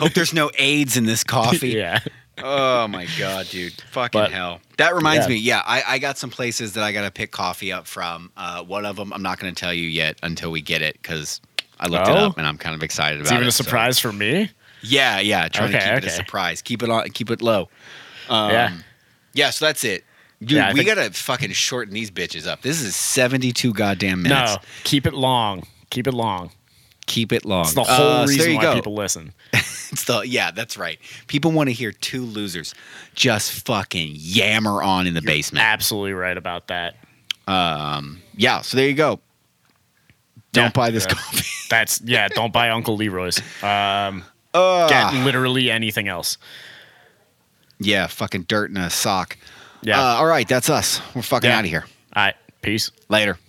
Hope there's no AIDS in this coffee.
yeah.
Oh my god, dude! Fucking
But-
hell. That reminds
Yeah.
me. Yeah, I, I got some places that I gotta pick coffee up from. Uh, one of them I'm not gonna tell you yet until we get it because I looked it
Oh?
up and I'm kind of excited
It's
about
even
it.
a
so-
surprise for me.
Yeah, yeah. Trying to
Okay,
keep it a
okay.
surprise. Keep it on. Keep it low. Um,
Yeah.
Yeah. So that's it. Dude,
Yeah, I
we
think-
gotta fucking shorten these bitches up. This is 72 goddamn minutes.
No, keep it long. Keep it long.
Keep it long.
It's the whole
Uh, so there
reason
you
why
go.
people listen.
It's the yeah, that's right. People want to hear two losers just fucking yammer on in the basement.
Absolutely right about that.
yeah, so there you go. Don't
Yeah.
buy this
Yeah.
coffee.
That's yeah. Don't buy Uncle Leroy's. Um, get
Ugh.
literally anything else.
Ah, yeah, fucking dirt in a sock.
Yeah.
Ah. Uh, all right, that's us. We're fucking
Yeah.
out of here.
All right. Peace.
Later.